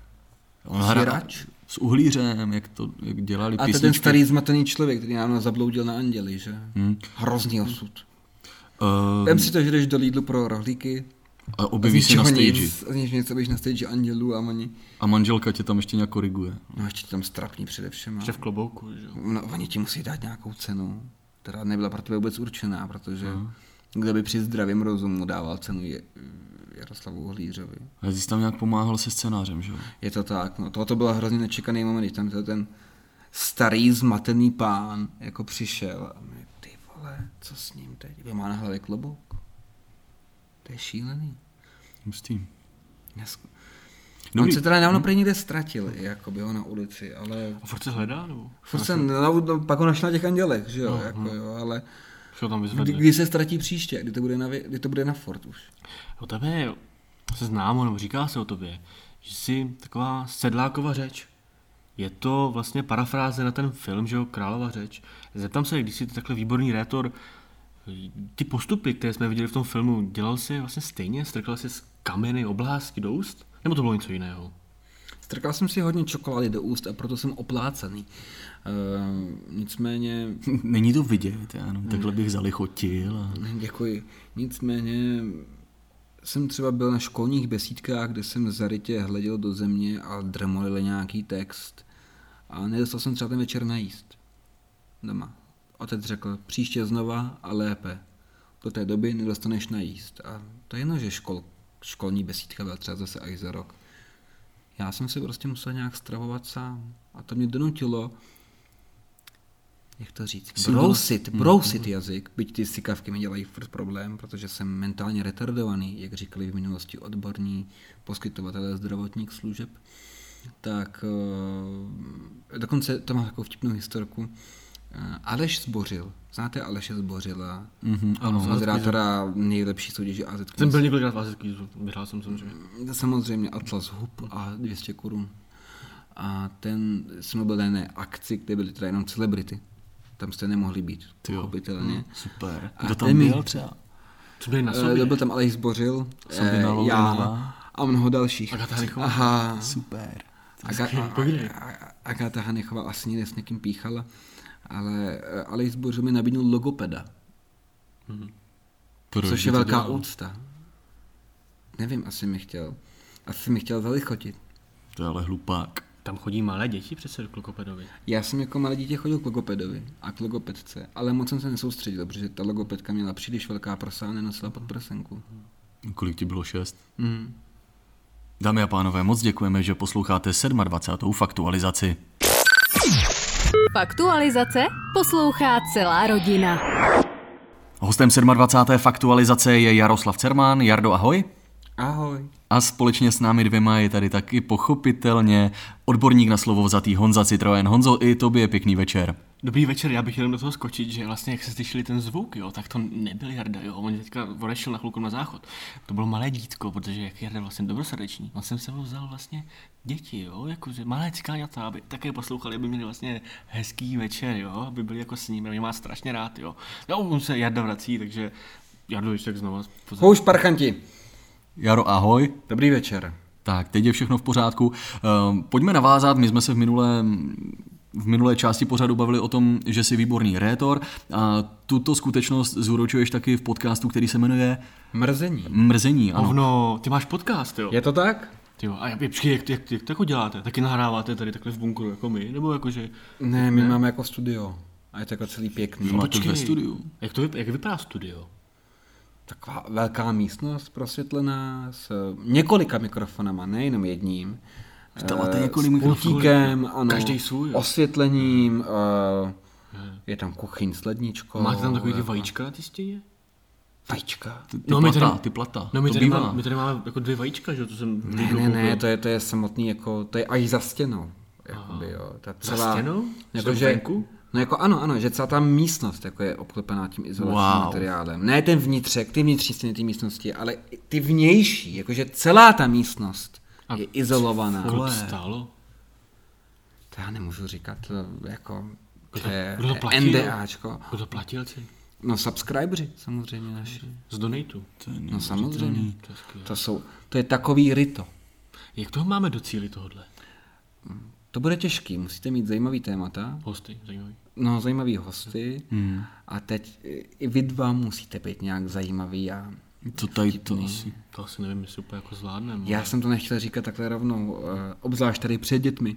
Speaker 2: On hra-
Speaker 4: Svěrač?
Speaker 2: S uhlířem, jak to jak dělali
Speaker 4: A to je
Speaker 2: písničky. Hm.
Speaker 4: ten starý zmatený člověk, který nám zabloudil na anděli, že? Hmm. Hrozný osud.
Speaker 2: Uh,
Speaker 4: Vem si to, že jdeš do Lidlu pro rohlíky,
Speaker 2: a
Speaker 4: a z
Speaker 2: objeví se na
Speaker 4: ničeho
Speaker 2: stage.
Speaker 4: nic, a z ničeho nic, a běž na stage andělů a oni,
Speaker 2: A manželka tě tam ještě nějak koriguje.
Speaker 4: no ještě tě tam strapní především.
Speaker 3: Ještě v klobouku, že jo.
Speaker 4: No, oni ti musí dát nějakou cenu, která nebyla pro tebe vůbec určená, protože
Speaker 2: Hm.
Speaker 4: kdo by při zdravém rozumu dával cenu je, Jaroslavu Hlířovi.
Speaker 2: Ale jsi tam nějak pomáhal se scénářem, že jo?
Speaker 4: Je to tak, no to byl hrozně nečekaný moment, když tam to ten starý zmatený pán jako přišel a my, ty vole, co s ním teď? Vy má na hlavě klobouk. To je šílený.
Speaker 2: Hustý.
Speaker 4: Nes... On
Speaker 2: Dobrý.
Speaker 4: se No, teda dávno prý někde ztratil, jako by ho na ulici, ale
Speaker 3: A furt se hledá, nebo?
Speaker 4: furt se, na, no, pak ho našel na těch andělech, že jo, jako jo, ale
Speaker 3: Už ho tam
Speaker 4: kdy,
Speaker 3: vyzvedne.
Speaker 4: kdy, se ztratí příště, kdy to bude na, vě- kdy to bude na Ford už.
Speaker 3: O tebe je se známo, nebo říká se o tobě, že jsi taková sedlákova řeč. Je to vlastně parafráze na ten film, že jo, Králova řeč. Zeptám se, když jsi takhle výborný rétor, ty postupy, které jsme viděli v tom filmu, dělal jsi vlastně stejně? Strkal jsi z kameny oblásky do úst? Nebo to bylo něco jiného?
Speaker 4: Strkal jsem si hodně čokolády do úst a proto jsem oplácaný. Uh, nicméně
Speaker 2: Není to vidět, já
Speaker 4: Hmm.
Speaker 2: no, takhle bych zalichotil. A...
Speaker 4: Děkuji. Nicméně jsem třeba byl na školních besídkách, kde jsem zarytě hleděl do země a drmolil nějaký text a nedostal jsem třeba ten večer najíst doma. Otec řekl, příště znova a lépe. Do té doby nedostaneš najíst. A to je jedno, že škol, školní besídka byla třeba zase až za rok. Já jsem se prostě musel nějak stravovat sám. A to mě donutilo, jak to říct, brousit, brousit jazyk, byť ty sykavky mi dělají furt problém, protože jsem mentálně retardovaný, jak říkali v minulosti odborní poskytovatelé zdravotních služeb. tak eh, dokonce to má takovou vtipnou historku. Eh, Aleš Zbořil, znáte Aleše Zbořila? Mm-hmm, ano. Moderátora nejlepší soutěže AZ
Speaker 3: Mhm, Jsem byl několikrát vás vyhrál jsem samozřejmě.
Speaker 4: Samozřejmě Atlas Hub a 200 korun. A ten jsem byl na jedné akci, kde byly teda jenom celebrity. Tam jste nemohli být, pochopitelně.
Speaker 2: Super.
Speaker 4: A
Speaker 2: Kdo tam
Speaker 4: ten mi-
Speaker 2: byl třeba?
Speaker 3: Co byli Mhm. na
Speaker 4: Eh,
Speaker 3: sobě?
Speaker 4: byl tam Aleš Zbořil,
Speaker 2: Sobě
Speaker 4: eh,
Speaker 2: na Louře
Speaker 4: já
Speaker 2: dva.
Speaker 4: a mnoho dalších.
Speaker 3: Agáta Hanechová.
Speaker 4: Aha.
Speaker 2: Super.
Speaker 4: Aga- a-
Speaker 3: povídej.
Speaker 4: a- a- Agáta Hanechová asi někde s někým píchala, ale eh, Aleš Zbořil mi nabídnul logopeda,
Speaker 2: Proč
Speaker 4: což je velká úcta. Nevím, asi mi chtěl. Asi mi chtěl zalichotit.
Speaker 2: To je ale hlupák.
Speaker 3: Tam chodí malé děti přece k logopedovi.
Speaker 4: Já jsem jako malé dítě chodil k logopedovi a k logopedce, ale moc jsem se nesoustředil, protože ta logopedka měla příliš velká prsa a nenosila podprsenku.
Speaker 2: Kolik ti bylo šest?
Speaker 4: Mm.
Speaker 2: Dámy a pánové, moc děkujeme, že posloucháte 27. faktualizaci.
Speaker 1: Faktualizace poslouchá celá rodina.
Speaker 2: Hostem 27. faktualizace je Jaroslav Cermán. Jardo, ahoj.
Speaker 4: Ahoj.
Speaker 2: A společně s námi dvěma je tady taky pochopitelně odborník na slovo vzatý Honza Citroen. Honzo, i tobě pěkný večer.
Speaker 3: Dobrý večer, já bych jenom do toho skočit, že vlastně jak se slyšeli ten zvuk, jo, tak to nebyl Jarda, jo, on teďka odešel na chvilku na záchod. To bylo malé dítko, protože jak Jarda vlastně dobrosrdeční, on jsem se ho vzal vlastně děti, jo, jako že malé cikáňata, aby také poslouchali, aby měli vlastně hezký večer, jo, aby byli jako s ním, mě má strašně rád, jo. No, on se Jarda vrací, takže Jardo, ještě tak znovu. pozor.
Speaker 4: Houš parchanti.
Speaker 2: Jaro, ahoj.
Speaker 4: Dobrý večer.
Speaker 2: Tak, teď je všechno v pořádku. Ehm, Pojďme navázat, my jsme se v minulém v minulé části pořadu bavili o tom, že jsi výborný rétor a tuto skutečnost zúročuješ taky v podcastu, který se jmenuje
Speaker 4: Mrzení.
Speaker 2: Mrzení. Ano.
Speaker 3: Hovno, No, ty máš podcast, jo.
Speaker 4: Je to tak?
Speaker 3: Ty jo, a já, počkej, jak, jak, jak, to jako děláte? Taky nahráváte tady takhle v bunkru jako my, nebo jakože...
Speaker 4: Ne, my máme jako studio. A je to jako celý pěkný.
Speaker 2: Máte ve studiu.
Speaker 3: Jak, to, vyp- jak vypadá studio?
Speaker 4: Taková velká místnost prosvětlená s eh, několika mikrofonama, nejenom jedním.
Speaker 2: Tam máte
Speaker 4: Eh,
Speaker 2: několik
Speaker 4: s
Speaker 2: mikrofonů.
Speaker 4: pultíkem, ano,
Speaker 3: Každý svůj, jo.
Speaker 4: osvětlením, eh, je tam kuchyň s ledničkou.
Speaker 3: Hmm. Máte tam takový ty
Speaker 4: eh,
Speaker 3: vajíčka na té stěně?
Speaker 4: Vajíčka.
Speaker 2: Ty, ty
Speaker 3: No, my
Speaker 2: plata,
Speaker 3: tady-
Speaker 2: ty plata.
Speaker 3: No my
Speaker 2: to
Speaker 3: tady,
Speaker 2: bývá.
Speaker 3: máme, my tady máme jako dvě vajíčka, že jo, to jsem...
Speaker 4: Ne, ne, ne, to je, to je samotný, jako, to je až za stěnou. Jakoby, jo. Ta
Speaker 3: Za
Speaker 4: celá,
Speaker 3: stěnou?
Speaker 4: Jako,
Speaker 3: Že
Speaker 4: že,
Speaker 3: venku?
Speaker 4: No jako ano, ano, že celá ta místnost jako je obklopená tím izolačním
Speaker 2: Wow.
Speaker 4: materiálem. Ne ten vnitřek, ty vnitřní stěny té místnosti, ale i ty vnější, jakože celá ta místnost
Speaker 3: A
Speaker 4: je izolovaná.
Speaker 3: Kolik to stálo?
Speaker 4: To já nemůžu říkat, to jako to je
Speaker 3: Kdo to platí?
Speaker 4: NDAčko.
Speaker 3: Kdo to platil si?
Speaker 4: No subscriberi samozřejmě naši.
Speaker 3: Z donatu. To je
Speaker 4: No samozřejmě.
Speaker 3: to je skvělé.
Speaker 4: To, jsou, to je takový rito.
Speaker 3: Jak toho máme do cíli tohle?
Speaker 4: To bude těžký, musíte mít zajímavý témata,
Speaker 3: Hosty, zajímavý.
Speaker 4: no zajímavý hosty hmm. a teď i vy dva musíte být nějak zajímavý a
Speaker 2: To tady to asi.
Speaker 3: To asi nevím, jestli úplně jako zvládneme.
Speaker 4: já jsem to nechtěl říkat takhle rovnou, eh, obzvlášť tady před dětmi,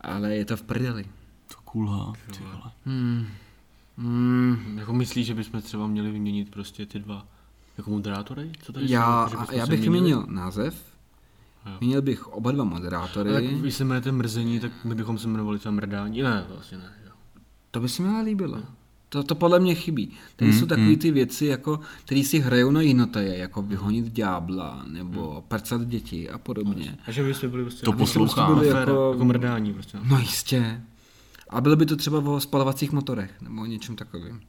Speaker 4: ale je to v prdeli.
Speaker 2: To kulha. ty vole.
Speaker 4: Mm,
Speaker 3: Jako myslíš, že bychom třeba měli vyměnit prostě ty dva jako moderátory? Co tady
Speaker 4: já,
Speaker 3: jsou? Jako, že
Speaker 4: a
Speaker 3: bychom
Speaker 4: já
Speaker 3: se
Speaker 4: bych
Speaker 3: měnili?
Speaker 4: vyměnil název, měnil bych oba dva moderátory.
Speaker 3: Ale tak, když se jmenujete mrzení, tak my bychom se jmenovali třeba mrdání. Ne, vlastně ne. Jo.
Speaker 4: To by se mi ale líbilo. To, to podle mě chybí. Tady jsou takové ty věci, jako, které si hrajou na jinotaje, jako vyhonit ďábla, nebo prcat děti a podobně.
Speaker 3: A že by jsme byli prostě...
Speaker 2: To
Speaker 3: aby jsme prostě
Speaker 2: poslouchám.
Speaker 3: byli
Speaker 4: Jako-
Speaker 3: Jako... jako mrdání prostě.
Speaker 4: No jistě. A bylo by to třeba o spalovacích motorech, nebo o něčem takovým.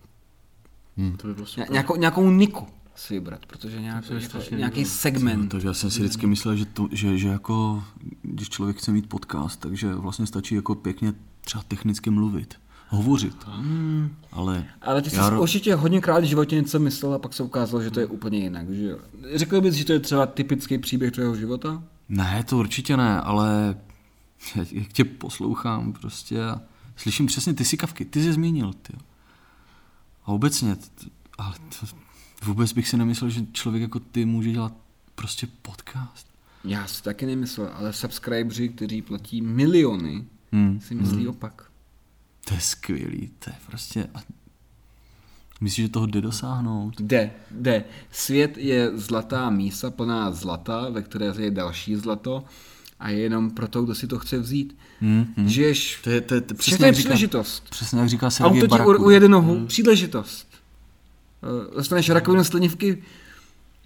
Speaker 3: To by bylo super.
Speaker 4: Hmm. Ně- Nějakou, nějakou niku si vybrat, protože nějakou, jako, nějaký segment.
Speaker 2: Takže já jsem si vždycky myslel, že, to, že, že jako, když člověk chce mít podcast, takže vlastně stačí jako pěkně třeba technicky mluvit, hovořit. Ale,
Speaker 4: Ale ty jsi
Speaker 2: já, ro-
Speaker 4: určitě hodněkrát v životě něco myslel a pak se ukázalo, že to je úplně jinak. Že jo? Řekl bys, že to je třeba typický příběh tvého života?
Speaker 2: Ne, to určitě ne, ale jak tě poslouchám prostě a slyším přesně ty sikavky, ty jsi zmínil, ty. A obecně, t- ale to, vůbec bych si nemyslel, že člověk jako ty může dělat prostě podcast.
Speaker 4: Já si taky nemyslel, ale subscriberi, kteří platí miliony,
Speaker 2: Hmm.
Speaker 4: si myslí opak.
Speaker 2: To je skvělý, to je prostě... A myslíš, že toho jde dosáhnout?
Speaker 4: Jde, jde. Svět je zlatá mísa plná zlata, ve které je další zlato a je jenom pro to, kdo si to chce vzít. Hmm. Žiješ,
Speaker 2: Mhm. To je, to je, to je
Speaker 4: všechno
Speaker 2: přesně,
Speaker 4: je
Speaker 2: jak říká,
Speaker 4: příležitost.
Speaker 2: přesně jak říká
Speaker 4: Auto
Speaker 2: Sergej
Speaker 4: ti u,
Speaker 2: Barakuda.
Speaker 4: ujede nohu, příležitost. Eh, Dostaneš rakovinu slinivky,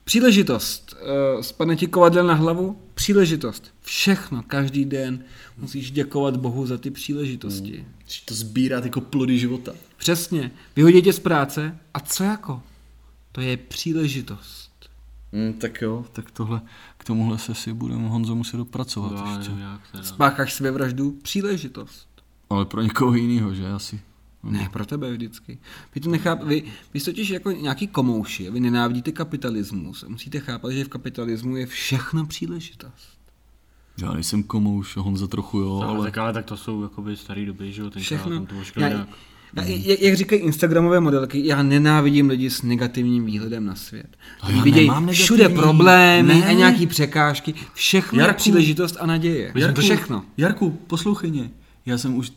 Speaker 4: Příležitost. eh, Spadne ti kovadel na hlavu? Příležitost. Všechno, každý den. Musíš děkovat Bohu za ty příležitosti.
Speaker 2: Hmm. To sbírat jako plody života.
Speaker 4: Přesně. Vyhodí tě z práce. A co jako? To je příležitost.
Speaker 2: Mm, tak jo, tak tohle, k tomuhle se si budeme Honzo muset dopracovat
Speaker 3: Já
Speaker 2: ještě.
Speaker 3: nevím, jak teda.
Speaker 4: Spácháš sebevraždu? Příležitost.
Speaker 2: Ale pro někoho jiného, že asi.
Speaker 4: Ne, pro tebe vždycky. Vy to necháp, vy, vy jste totiž jako nějaký komouši, vy nenávidíte kapitalismus. Musíte chápat, že v kapitalismu je všechno příležitost.
Speaker 2: Já nejsem komouš, Honza trochu jo,
Speaker 3: No,
Speaker 2: ale...
Speaker 3: ale... Tak, ale tak to jsou jakoby starý doby, že jo, tenkrát
Speaker 4: Všechno.
Speaker 3: tam to
Speaker 4: Já,
Speaker 3: oškli
Speaker 4: já,
Speaker 3: nějak.
Speaker 4: jak, jak říkají Instagramové modelky, já nenávidím lidi s negativním výhledem na svět.
Speaker 2: To
Speaker 4: Oni
Speaker 2: já
Speaker 4: vidějí
Speaker 2: nemám negativní.
Speaker 4: všude problémy
Speaker 2: Ne.
Speaker 4: a nějaký překážky. Všechno je
Speaker 2: Jarku.
Speaker 4: příležitost a naděje.
Speaker 3: no.
Speaker 4: Všechno.
Speaker 2: Jarku, poslouchej mě. Já jsem už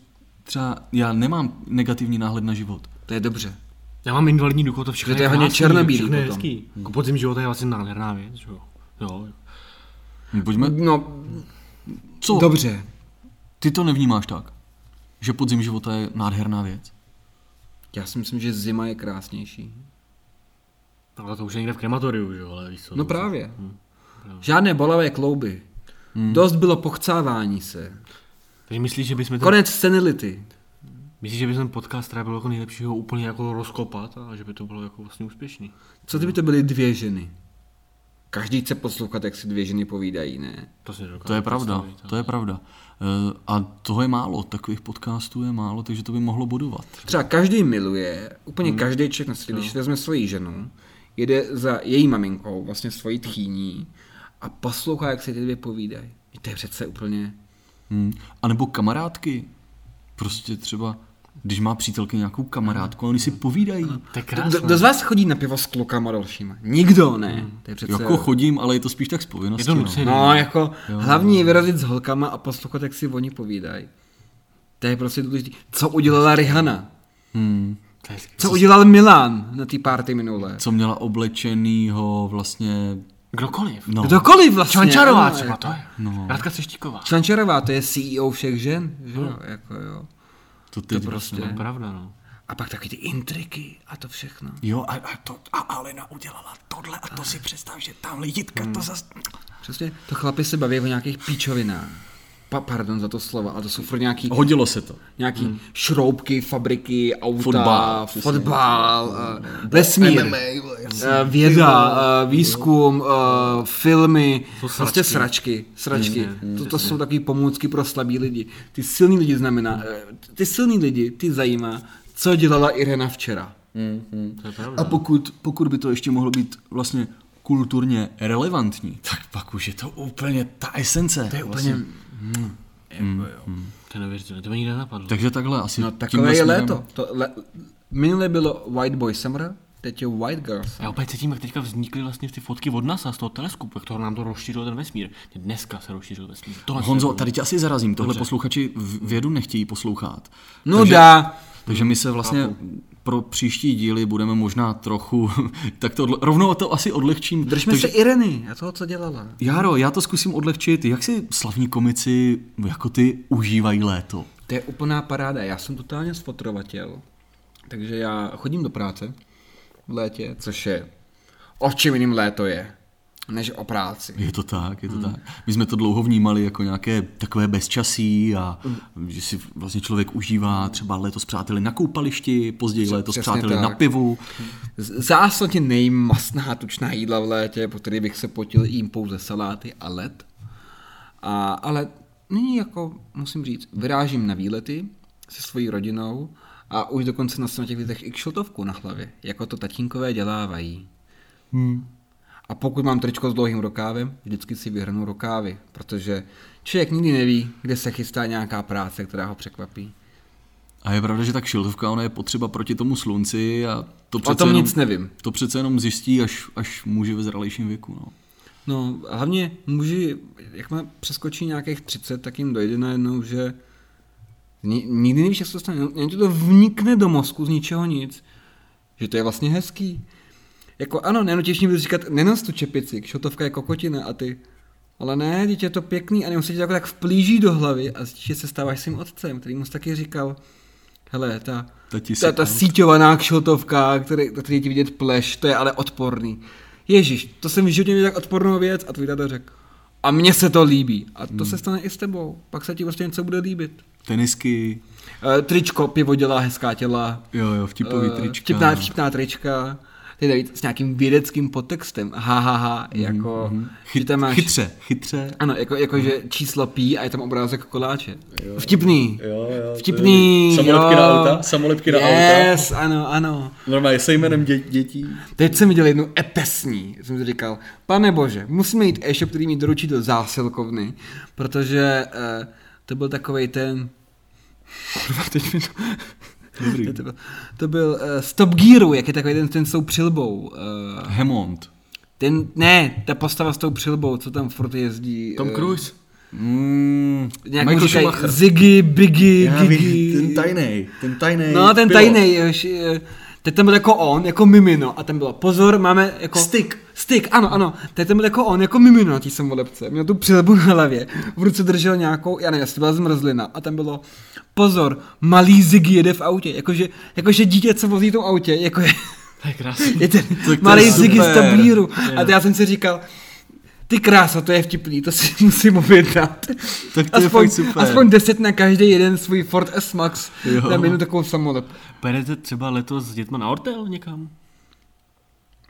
Speaker 2: třeba, já nemám negativní náhled na život.
Speaker 4: To je dobře.
Speaker 3: Já mám invalidní důchod, to všechno
Speaker 4: Že to je hodně
Speaker 3: krásný,
Speaker 4: černobílý
Speaker 3: všechno je
Speaker 4: potom.
Speaker 3: hezký. Jako podzim života je vlastně nádherná věc, že jo. Jo,
Speaker 2: Pojďme,
Speaker 4: No,
Speaker 2: co?
Speaker 4: dobře.
Speaker 2: Ty to nevnímáš tak, že podzim života je nádherná věc?
Speaker 4: Já si myslím, že zima je krásnější.
Speaker 3: ale to už je někde v krematoriu, že jo, ale víš co.
Speaker 4: No
Speaker 3: to- hm,
Speaker 4: právě. Žádné bolavé klouby. Dost bylo pochcávání se.
Speaker 3: Takže myslíš, že bychom ten,
Speaker 4: Konec senility.
Speaker 3: myslíš, že by ten podcast teda bylo jako nejlepšího úplně jako rozkopat a že by to bylo jako vlastně úspěšný.
Speaker 4: Co kdyby to byly dvě ženy? Každý chce poslouchat, jak si dvě ženy povídají, ne?
Speaker 3: To si dokážu
Speaker 2: To je pravda,
Speaker 3: představit, ale-
Speaker 2: to je pravda. Eh, A toho je málo, takových podcastů je málo, takže to by mohlo budovat.
Speaker 4: Třeba každý miluje, úplně
Speaker 3: Hm.
Speaker 4: hmm. každý člověk na světě, když vezme svoji ženu, jede za její maminkou, vlastně svojí tchýní a poslouchá, jak si ty dvě povídají. To je přece úplně...
Speaker 2: Hmm. A nebo kamarádky. Prostě třeba, když má přítelky nějakou kamarádku, a oni si povídají.
Speaker 3: To je
Speaker 4: Kdo,
Speaker 3: krásné. Hm.
Speaker 4: kdo z vás chodí na pivo s klukama dalšíma? Nikdo ne. To je přece...
Speaker 2: Jako chodím, ale je to spíš tak z povinnosti.
Speaker 3: Je to
Speaker 2: no.
Speaker 3: nucený.
Speaker 4: No, jako jo. hlavní je vyrazit s holkama a poslouchat, jak si oni povídají. To je prostě důležité. Co udělala Rihanna?
Speaker 3: To je skvělé.
Speaker 4: Co udělal Milan na té party minulé?
Speaker 2: Co měla oblečenýho vlastně...
Speaker 3: Kdokoliv.
Speaker 2: No.
Speaker 4: Kdokoliv vlastně.
Speaker 3: Čvančarová
Speaker 4: ano,
Speaker 3: třeba
Speaker 4: jako-
Speaker 3: to je. No. Radka Seštíková.
Speaker 4: Čvančarová, to je CEO všech žen, že jo? Jako jo.
Speaker 2: To, teď
Speaker 4: To
Speaker 2: prostě.
Speaker 4: prostě.
Speaker 3: To je pravda, no.
Speaker 4: A pak taky ty intriky a to všechno.
Speaker 2: Jo, a, a, to, a Alena udělala tohle a to si představ, že tamhle Jitka to zas...
Speaker 4: Přesně, to chlapi se baví o nějakých píčovinách. Pa, pardon za to slovo, ale to jsou furt nějaký,
Speaker 2: Hodilo se to.
Speaker 4: nějaký hmm. šroubky, fabriky, auta,
Speaker 2: Fotbal,
Speaker 4: fotbal,
Speaker 2: přesně.
Speaker 4: fotbal eh, vesmír, eh, věda, eh, výzkum, eh, filmy, prostě sračky. sračky. To, to jsou takové pomůcky pro slabý lidi. Ty silní lidi znamená, eh, ty silní lidi, ty zajímá, co dělala Irena včera. Mhm.
Speaker 3: To je pravda.
Speaker 2: A pokud, pokud by to ještě mohlo být vlastně kulturně relevantní, tak pak už je to úplně ta esence. To je úplně... Vlastně.
Speaker 3: To je neuvěřitelné, to mi nikdy nenapadlo.
Speaker 2: Takže takhle asi
Speaker 4: No
Speaker 2: tímhle
Speaker 4: takové je
Speaker 2: směrem-
Speaker 4: léto. To, le, minule bylo White Boy Summer, teď je White Girl Summer.
Speaker 3: Já opět cítím, jak teďka vznikly vlastně ty fotky od NASA z toho teleskopu, jak toho nám to rozšířil ten vesmír. Dneska se rozšířil vesmír. Tohle
Speaker 2: Honzo,
Speaker 3: se-
Speaker 2: tady tě asi zarazím, tohle posluchači v- vědu nechtějí poslouchat.
Speaker 4: No dá.
Speaker 2: Takže my se vlastně pro příští díly budeme možná trochu, tak to odle- rovnou to asi odlehčím.
Speaker 4: Držme
Speaker 2: Takže-
Speaker 4: se Ireny a toho, co dělala.
Speaker 2: Járo, já to zkusím odlehčit. Jak si slavní komici jako ty užívají léto?
Speaker 4: To je úplná paráda. Já jsem totálně sfotrovatěl, takže já chodím do práce v létě, což je o čem jiným léto je, než o práci.
Speaker 2: Je to tak,
Speaker 4: Hmm.
Speaker 2: je to tak. My jsme to dlouho vnímali jako nějaké takové bezčasí a
Speaker 4: Hmm.
Speaker 2: že si vlastně člověk užívá třeba léto s přáteli na koupališti, později léto s
Speaker 4: přesně
Speaker 2: přáteli
Speaker 4: tak.
Speaker 2: na pivu.
Speaker 4: Z- Zásadně nejmasná tučná jídla v létě, po který bych se potil, jím pouze saláty a led. A, ale nyní jako, musím říct, vyrážím na výlety se svojí rodinou a už dokonce nosím na těch výletech i kšiltovku na hlavě, jako to tatínkové dělávají. Hmm. A pokud mám tričko s dlouhým rokávem, vždycky si vyhrnu rokávy, protože člověk nikdy neví, kde se chystá nějaká práce, která ho překvapí.
Speaker 2: A je pravda, že ta kšiltovka, ona je potřeba proti tomu slunci a to přece
Speaker 4: tom
Speaker 2: jenom,
Speaker 4: nic nevím.
Speaker 2: To přece jenom zjistí až, až muži ve zralejším věku. No.
Speaker 4: No, a hlavně muži, jakmile přeskočí nějakých 30, tak jim dojde najednou, že ni- nikdy nevíš, jak se to stane. No, Jen ti to vnikne do mozku z ničeho nic. Že to je vlastně hezký. Jako ano, nenotěšně budu říkat, nenos tu čepici, kšotovka je kokotina a ty. Ale ne, dítě je to pěkný a nemusí ti to jako tak vplíží do hlavy a zjistíš, že se stáváš svým otcem, který mu taky říkal, hele, ta,
Speaker 2: Tati
Speaker 4: ta,
Speaker 2: se-
Speaker 4: ta síťovaná kšotovka, který, který ti vidět pleš, to je ale odporný. Ježíš, to jsem v životě viděl tak odpornou věc a tvůj táta řekl. A mně se to líbí. A to hmm. se stane i s tebou. Pak se ti prostě něco bude líbit.
Speaker 2: Tenisky,
Speaker 4: Eh, Tričko, pivo dělá hezká těla.
Speaker 2: jo, jo, vtipový
Speaker 4: Eh,
Speaker 2: trička. no.
Speaker 4: Vtipná, vtipná trička. Ty tady s nějakým vědeckým podtextem. Ha, ha, ha. Jako, mm-hmm. že
Speaker 2: Mhm, Chyt,
Speaker 4: tam máš...
Speaker 2: Chytře, Mhm. chytře.
Speaker 4: Ano, jako, jako že číslo pí a je tam obrázek koláče. Vtipný. Vtipný.
Speaker 2: Samolepky
Speaker 4: jo.
Speaker 2: na auta, samolepky na auta.
Speaker 4: yes, ano, ano.
Speaker 2: Normálně se jménem dě- dětí.
Speaker 4: Teď jsem viděl jednu epesní, jsem si říkal, pane bože, musíme jít e-shop, který mi doručí do zásilkovny, protože eh, to byl takovej ten... Kurva, teď mi to...
Speaker 2: Dobrý.
Speaker 4: To byl, to byl eh, Stop Gearu, jak je takový ten, ten s tou přilbou. Eh,
Speaker 2: Hemond.
Speaker 4: ten, ne, ta postava s tou přilbou, co tam furt jezdí.
Speaker 3: Tom
Speaker 4: eh,
Speaker 3: Cruise.
Speaker 2: Mm,
Speaker 4: Nějak mu říkají Ziggy, Biggy,
Speaker 2: Já
Speaker 4: Gigi.
Speaker 2: vím, ten tajnej, ten tajnej.
Speaker 4: No, ten
Speaker 2: pilot.
Speaker 4: tajný, teď tam byl jako on, jako mimino, a tam bylo, pozor, máme jako...
Speaker 2: Styk.
Speaker 4: Styk, ano, ano. Teď tam byl jako on, jako mimino na té samolepce. Měl tu přilbu na hlavě, v ruce držel nějakou, já nevím, jestli to byla zmrzlina, a tam bylo, pozor, malý Ziggy jede v autě, jakože, jakože dítě, co vozí v tom autě, jako je,
Speaker 3: To je krásný.
Speaker 4: je ten
Speaker 2: to je
Speaker 4: malý Ziggy z
Speaker 2: super.
Speaker 4: tablíru. A to já jsem si říkal, ty krása, to je vtipný, to si musím objednat.
Speaker 2: Tak to je
Speaker 4: aspoň,
Speaker 2: fakt super.
Speaker 4: aspoň 10 na každý jeden svůj Ford S-Max,
Speaker 2: Jo.
Speaker 4: tam jednu takovou samolepku.
Speaker 3: Perete třeba letos s dětma na ortel někam?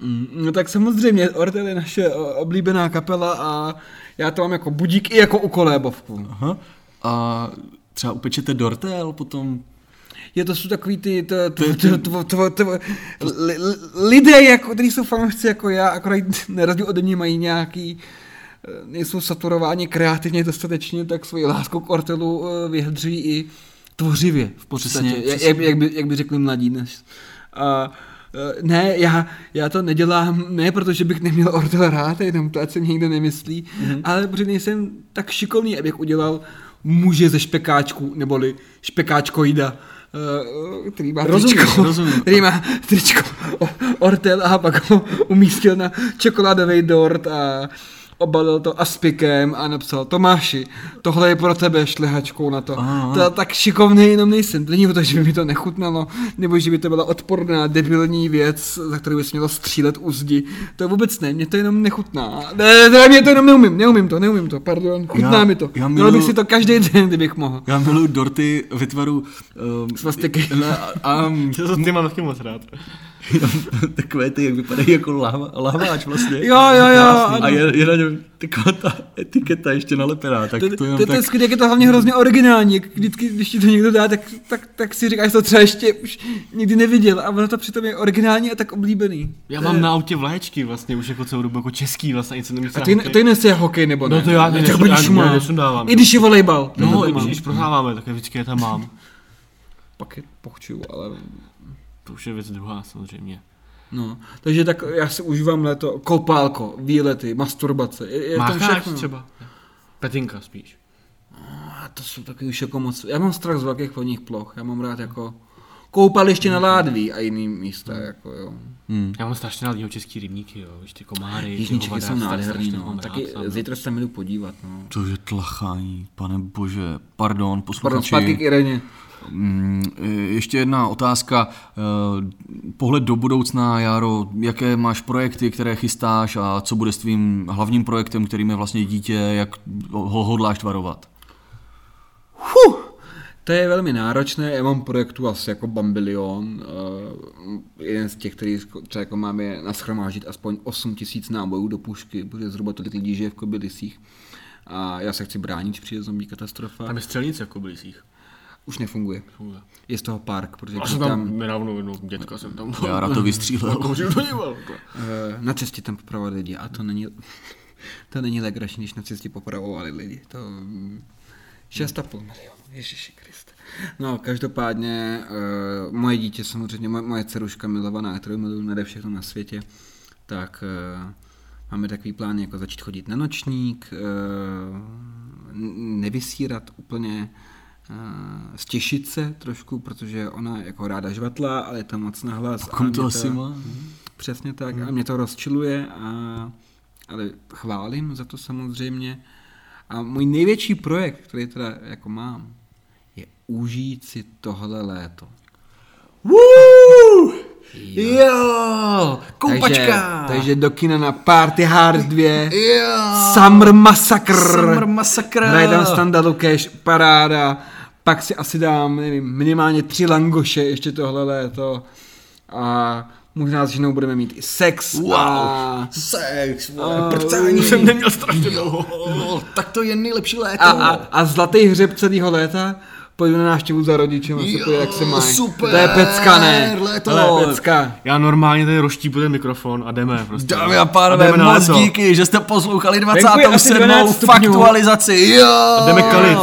Speaker 4: Mm, No tak samozřejmě, Ortel je naše o, oblíbená kapela a já to mám jako budík i jako ukolébovku.
Speaker 2: Aha. A třeba upečete dortel potom.
Speaker 4: Je to jsou takový ty t- t- t- t- t- t- li- li- lidé, jako, kteří jsou fanoušci jako já, akorát na rozdíl ode mě mají nějaký eh, nejsou saturováni kreativně dostatečně, tak svoji lásku k Ortelu eh, vyjadřují i tvořivě v podstatě,
Speaker 2: Přesně,
Speaker 4: jak,
Speaker 2: přesně.
Speaker 4: jak, jak, by, jak by řekli mladí dnes. A, eh, ne, já, já to nedělám, ne protože bych neměl Ortel rád, jenom to, ať se mě nikdo nemyslí,
Speaker 2: Mhm.
Speaker 4: mm-hmm. ale protože nejsem tak šikovný, abych udělal muže ze špekáčku, neboli špekáčkoida, eh, který má
Speaker 2: Rozumím,
Speaker 4: tričko,
Speaker 2: rozumím.
Speaker 4: který má tričko o- Ortel a pak ho umístil na čokoládový dort a obalil to aspikem a napsal Tomáši, tohle je pro tebe šlehačkou na to.
Speaker 2: Aha.
Speaker 4: To já tak šikovný jenom nejsem. To není o to, že by mi to nechutnalo, nebo že by to byla odporná, debilní věc, za kterou bys mělo střílet u zdi. To vůbec ne, mě to jenom nechutná. Ne, ne, mě to jenom neumím, neumím to, neumím to, pardon, chutná
Speaker 2: Já-
Speaker 4: mi to.
Speaker 2: já
Speaker 4: Měl
Speaker 2: miluju-
Speaker 4: bych si to každý den, kdybych mohl.
Speaker 2: Já miluju dorty ve tvaru... Um,
Speaker 4: Svastiky.
Speaker 2: Ne, a, a,
Speaker 3: To ty mám taky moc rád.
Speaker 2: takové ty, jak vypadají jako lahva, lahváč vlastně.
Speaker 4: Jo, jo, jo,
Speaker 2: Krásný.
Speaker 4: ano.
Speaker 2: A je, je na něm taková ta etiketa ještě nalepená, tak to,
Speaker 4: To,
Speaker 2: jenom
Speaker 4: to, to
Speaker 2: tak...
Speaker 4: je skvělé, jak je to hlavně hrozně originální. jak Vždycky, když ti to někdo dá, tak, tak, tak si říkáš, to třeba ještě už nikdy neviděl. A ono to přitom je originální a tak oblíbený.
Speaker 3: Já mám na autě vlaječky vlastně už jako celou dobu jako český vlastně, nic jsem nemyslel.
Speaker 4: A ty, ty nesí hokej nebo ne?
Speaker 3: No to já-
Speaker 4: ne,
Speaker 3: já-
Speaker 4: tak
Speaker 3: já-
Speaker 4: budíš
Speaker 3: já-
Speaker 4: má.
Speaker 3: já nesundávám.
Speaker 4: I když je volejbal.
Speaker 3: No,
Speaker 4: to
Speaker 3: i když, když prohráváme, tak je vždycky je tam mám.
Speaker 4: Pak je pochčuju, ale...
Speaker 3: To už je věc druhá samozřejmě.
Speaker 4: No, takže tak já si užívám léto, kopálko, výlety, masturbace, je, je tam
Speaker 3: Mácháč
Speaker 4: všechno.
Speaker 3: třeba? Petinka spíš.
Speaker 4: A to jsou taky už jako moc, já mám strach z velkých vodních ploch, já mám rád jako koupaliště na Ládví a jiný místa, jako jo.
Speaker 3: Já mám strašně rád jeho český rybníky, jo. Víš, ty komáry,
Speaker 4: Jižní Čechy jsou nádherný, no. Taky
Speaker 3: Taky
Speaker 4: zítra se mi jdu podívat, no.
Speaker 2: To je tlachání, pane bože, pardon,
Speaker 4: Pardon,
Speaker 2: posluchači.
Speaker 4: zpátky k Ireně.
Speaker 2: Mm, Ještě jedna otázka. eh, Pohled do budoucna, Jaro, jaké máš projekty, které chystáš a co bude s tvým hlavním projektem, kterým je vlastně dítě, jak ho hodláš tvarovat?
Speaker 4: To je velmi náročné, já mám projektů asi jako bambilion. eh, jeden z těch, který zko- třeba jako máme je naschromáždit aspoň 8 tisíc nábojů do pušky, protože zhruba tolik lidí žije v Kobylisích. A já se chci bránit, když přijde zombie katastrofa.
Speaker 3: Tam je střelnice jako blízích.
Speaker 4: Už nefunguje. Je z toho park, protože
Speaker 3: A
Speaker 4: když
Speaker 3: jsem
Speaker 4: tam,
Speaker 3: tam nedávno jednou dětka jsem tam.
Speaker 2: Jára to
Speaker 4: Jako,
Speaker 2: vystřílel.
Speaker 3: Kouřil do něj velko.
Speaker 4: eh, na cestě tam popravovali lidi a to není, to není legrační, když na cestě popravovali lidi. To 6,5 milionu, Ježíši Kriste. No, každopádně uh, moje dítě samozřejmě, moje, moje dceruška milovaná, kterou miluju nade všechno na světě, tak uh, máme takový plán, jako začít chodit na nočník, uh, nevysírat úplně uh, stěšit se trošku, protože ona jako ráda žvatla, ale je tam moc nahlas. a
Speaker 2: Kom
Speaker 4: mě
Speaker 2: to asi má?
Speaker 4: Přesně tak. A mě to rozčiluje, a, ale chválím za to samozřejmě. A můj největší projekt, který teda jako mám, je užít si tohle léto.
Speaker 2: Woo! Jo, Koupačka!
Speaker 4: Takže, takže do kina na Party Hard 2.
Speaker 2: Jo.
Speaker 4: Summer Massacre.
Speaker 2: Summer Massacre.
Speaker 4: Hraje tam Standa Lukeš, paráda. Pak si asi dám, nevím, minimálně tři langoše ještě tohle léto. A možná s ženou budeme mít i sex. A,
Speaker 2: Sex, vole, prcání.
Speaker 3: Jsem neměl strašně dlouho.
Speaker 2: Jo, tak to je nejlepší léto.
Speaker 4: a, a, a zlatý hřeb celého léta. Pojďme na návštěvu za rodičem a se
Speaker 2: Jo,
Speaker 4: podívej, jak se mají.
Speaker 2: super,
Speaker 4: to je pecka, ne?
Speaker 2: léto.
Speaker 4: To je pecka.
Speaker 3: Já normálně tady roštípu ten mikrofon a jdeme prostě.
Speaker 2: Dámy a pánové,
Speaker 3: jdeme na
Speaker 2: moc
Speaker 3: léto.
Speaker 2: díky, že jste poslouchali
Speaker 4: Venku je asi
Speaker 2: 27.
Speaker 4: 12 stupňů.
Speaker 2: faktualizaci. Jo!
Speaker 3: Jdeme kalit.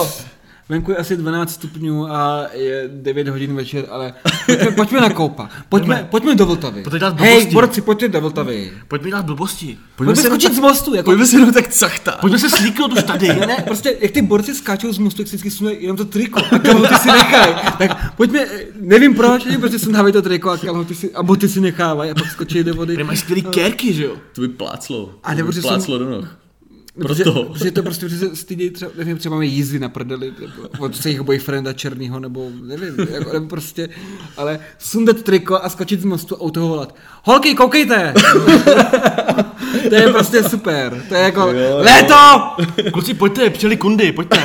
Speaker 4: Venku je asi 12 stupňů a je 9 hodin večer, ale pojďme, pojďme na koupa. Pojďme, pojďme do Vltavy.
Speaker 3: Pojďte dělat
Speaker 4: Hej,
Speaker 3: blbosti.
Speaker 4: borci, pojďte do Vltavy.
Speaker 3: Pojďme dělat blbosti.
Speaker 4: Pojďme
Speaker 2: se
Speaker 4: skočit
Speaker 2: jenom
Speaker 4: z mostu. Jako,
Speaker 2: Pojďme si jenom tak cachtat.
Speaker 3: Pojďme se slíknout už tady.
Speaker 4: ne, ne, prostě jak ty borci skáčou z mostu, jak si vždycky sunuje jenom to triko a kalhoty si nechají. Tak pojďme, eh, nevím proč, ale prostě sundávají to triko a kalhoty si, a boty si nechávají a pak skočí do vody. Eh,
Speaker 3: Tady mají skvělý kérky, že jo?
Speaker 2: To by pláclo.
Speaker 4: A nebo
Speaker 2: To by
Speaker 4: že jsem-
Speaker 2: pláclo do noh.
Speaker 4: Protože-
Speaker 2: proto.
Speaker 4: Protože to prostě že se stydí, třeba, nevím, třeba mají jízdy na prdeli nebo od svých boyfrienda černýho, nebo nevím, jako, nebo prostě, ale sundat triko a skočit z mostu a u toho volat. Holky, koukejte! to je prostě super, to je jako,
Speaker 2: jo.
Speaker 4: léto!
Speaker 3: Kluci, pojďte, přijeli kundy, pojďte.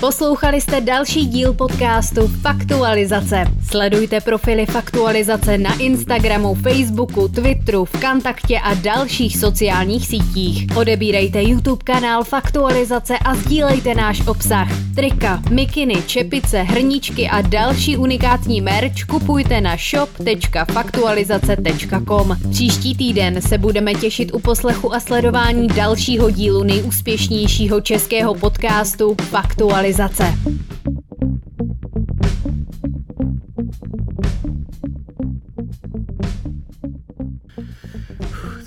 Speaker 1: Poslouchali jste další díl podcastu Faktualizace. Sledujte profily Faktualizace na Instagramu, Facebooku, Twitteru, Vkontaktě a dalších sociálních sítích. Odebírejte YouTube kanál Faktualizace a sdílejte náš obsah. Trika, mikiny, čepice, hrníčky a další unikátní merch kupujte na shop.faktualizace.com. Příští týden se budeme těšit u poslechu a sledování dalšího dílu nejúspěšnějšího českého podcastu Faktualizace.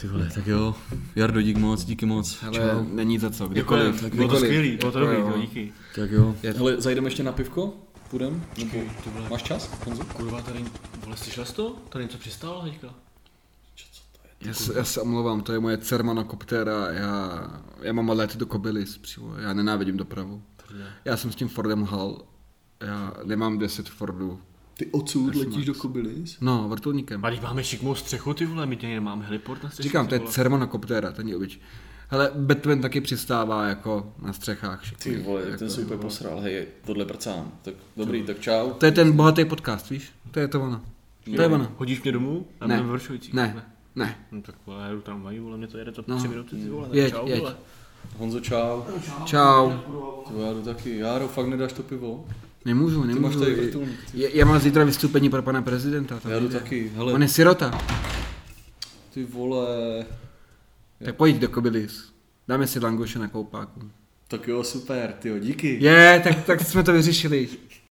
Speaker 2: Ty vole, tak jo. Jardo, dík moc, díky moc. Čau. Jako
Speaker 4: Ale není za co,
Speaker 3: Děkujeme,
Speaker 4: kdykoliv.
Speaker 3: bylo to
Speaker 4: kdykoliv.
Speaker 3: skvělý, bylo to
Speaker 4: Jako
Speaker 3: dobrý,
Speaker 4: jo.
Speaker 3: jo, díky.
Speaker 2: Tak jo. Hele, zajdeme ještě na pivko? Půjdem? Máš čas? Honzo?
Speaker 3: Kurva, tady, vole, slyšel jsi to? Tady něco přistálo teďka?
Speaker 4: Já se, já se omlouvám, to je moje Cermana koptéra, já, já mám let do Kobylis přímo, já nenávidím dopravu. Já jsem s tím Fordem hal, já nemám 10 Fordů.
Speaker 2: Ty odsud letíš do Kobylis?
Speaker 4: No, vrtulníkem.
Speaker 3: A když máme šikmou střechu, ty vole, my tady nemáme heliport na střechu.
Speaker 4: Říkám,
Speaker 3: ty
Speaker 4: to je
Speaker 3: vole.
Speaker 4: Cermana koptéra, ten je obyč. Hele, Batman taky přistává jako na střechách. všichni,
Speaker 2: Ty vole,
Speaker 4: jako.
Speaker 2: ten se úplně posral, hej, tohle brcám. Tak dobrý, tak čau.
Speaker 4: To je ten bohatý podcast, víš? To je to ono. To je ono.
Speaker 3: Hodíš mě domů? A
Speaker 4: Ne,
Speaker 3: budeme vršující.
Speaker 4: ne, ne.
Speaker 3: No tak vole, já jdu tramvají, vole, mě to jede to
Speaker 4: No.
Speaker 3: tři minuty, ty vole, tak
Speaker 4: Jeď,
Speaker 3: čau,
Speaker 4: jeď.
Speaker 3: vole.
Speaker 2: Honzo, čau.
Speaker 4: Čau.
Speaker 2: Ty vole, já jdu taky. Járo, fakt nedáš to pivo?
Speaker 4: Nemůžu, nemůžu.
Speaker 2: tady vrtulník, ty.
Speaker 4: Já, já mám zítra vystoupení pro pana prezidenta. to
Speaker 2: Já jdu
Speaker 4: nejde.
Speaker 2: taky. Hele,
Speaker 4: On je sirota.
Speaker 2: ty vole.
Speaker 4: Tak pojď do Kobylis. Dáme si langoše na koupáku.
Speaker 2: Tak jo, super, ty jo, díky.
Speaker 4: Je, tak, tak jsme to vyřešili.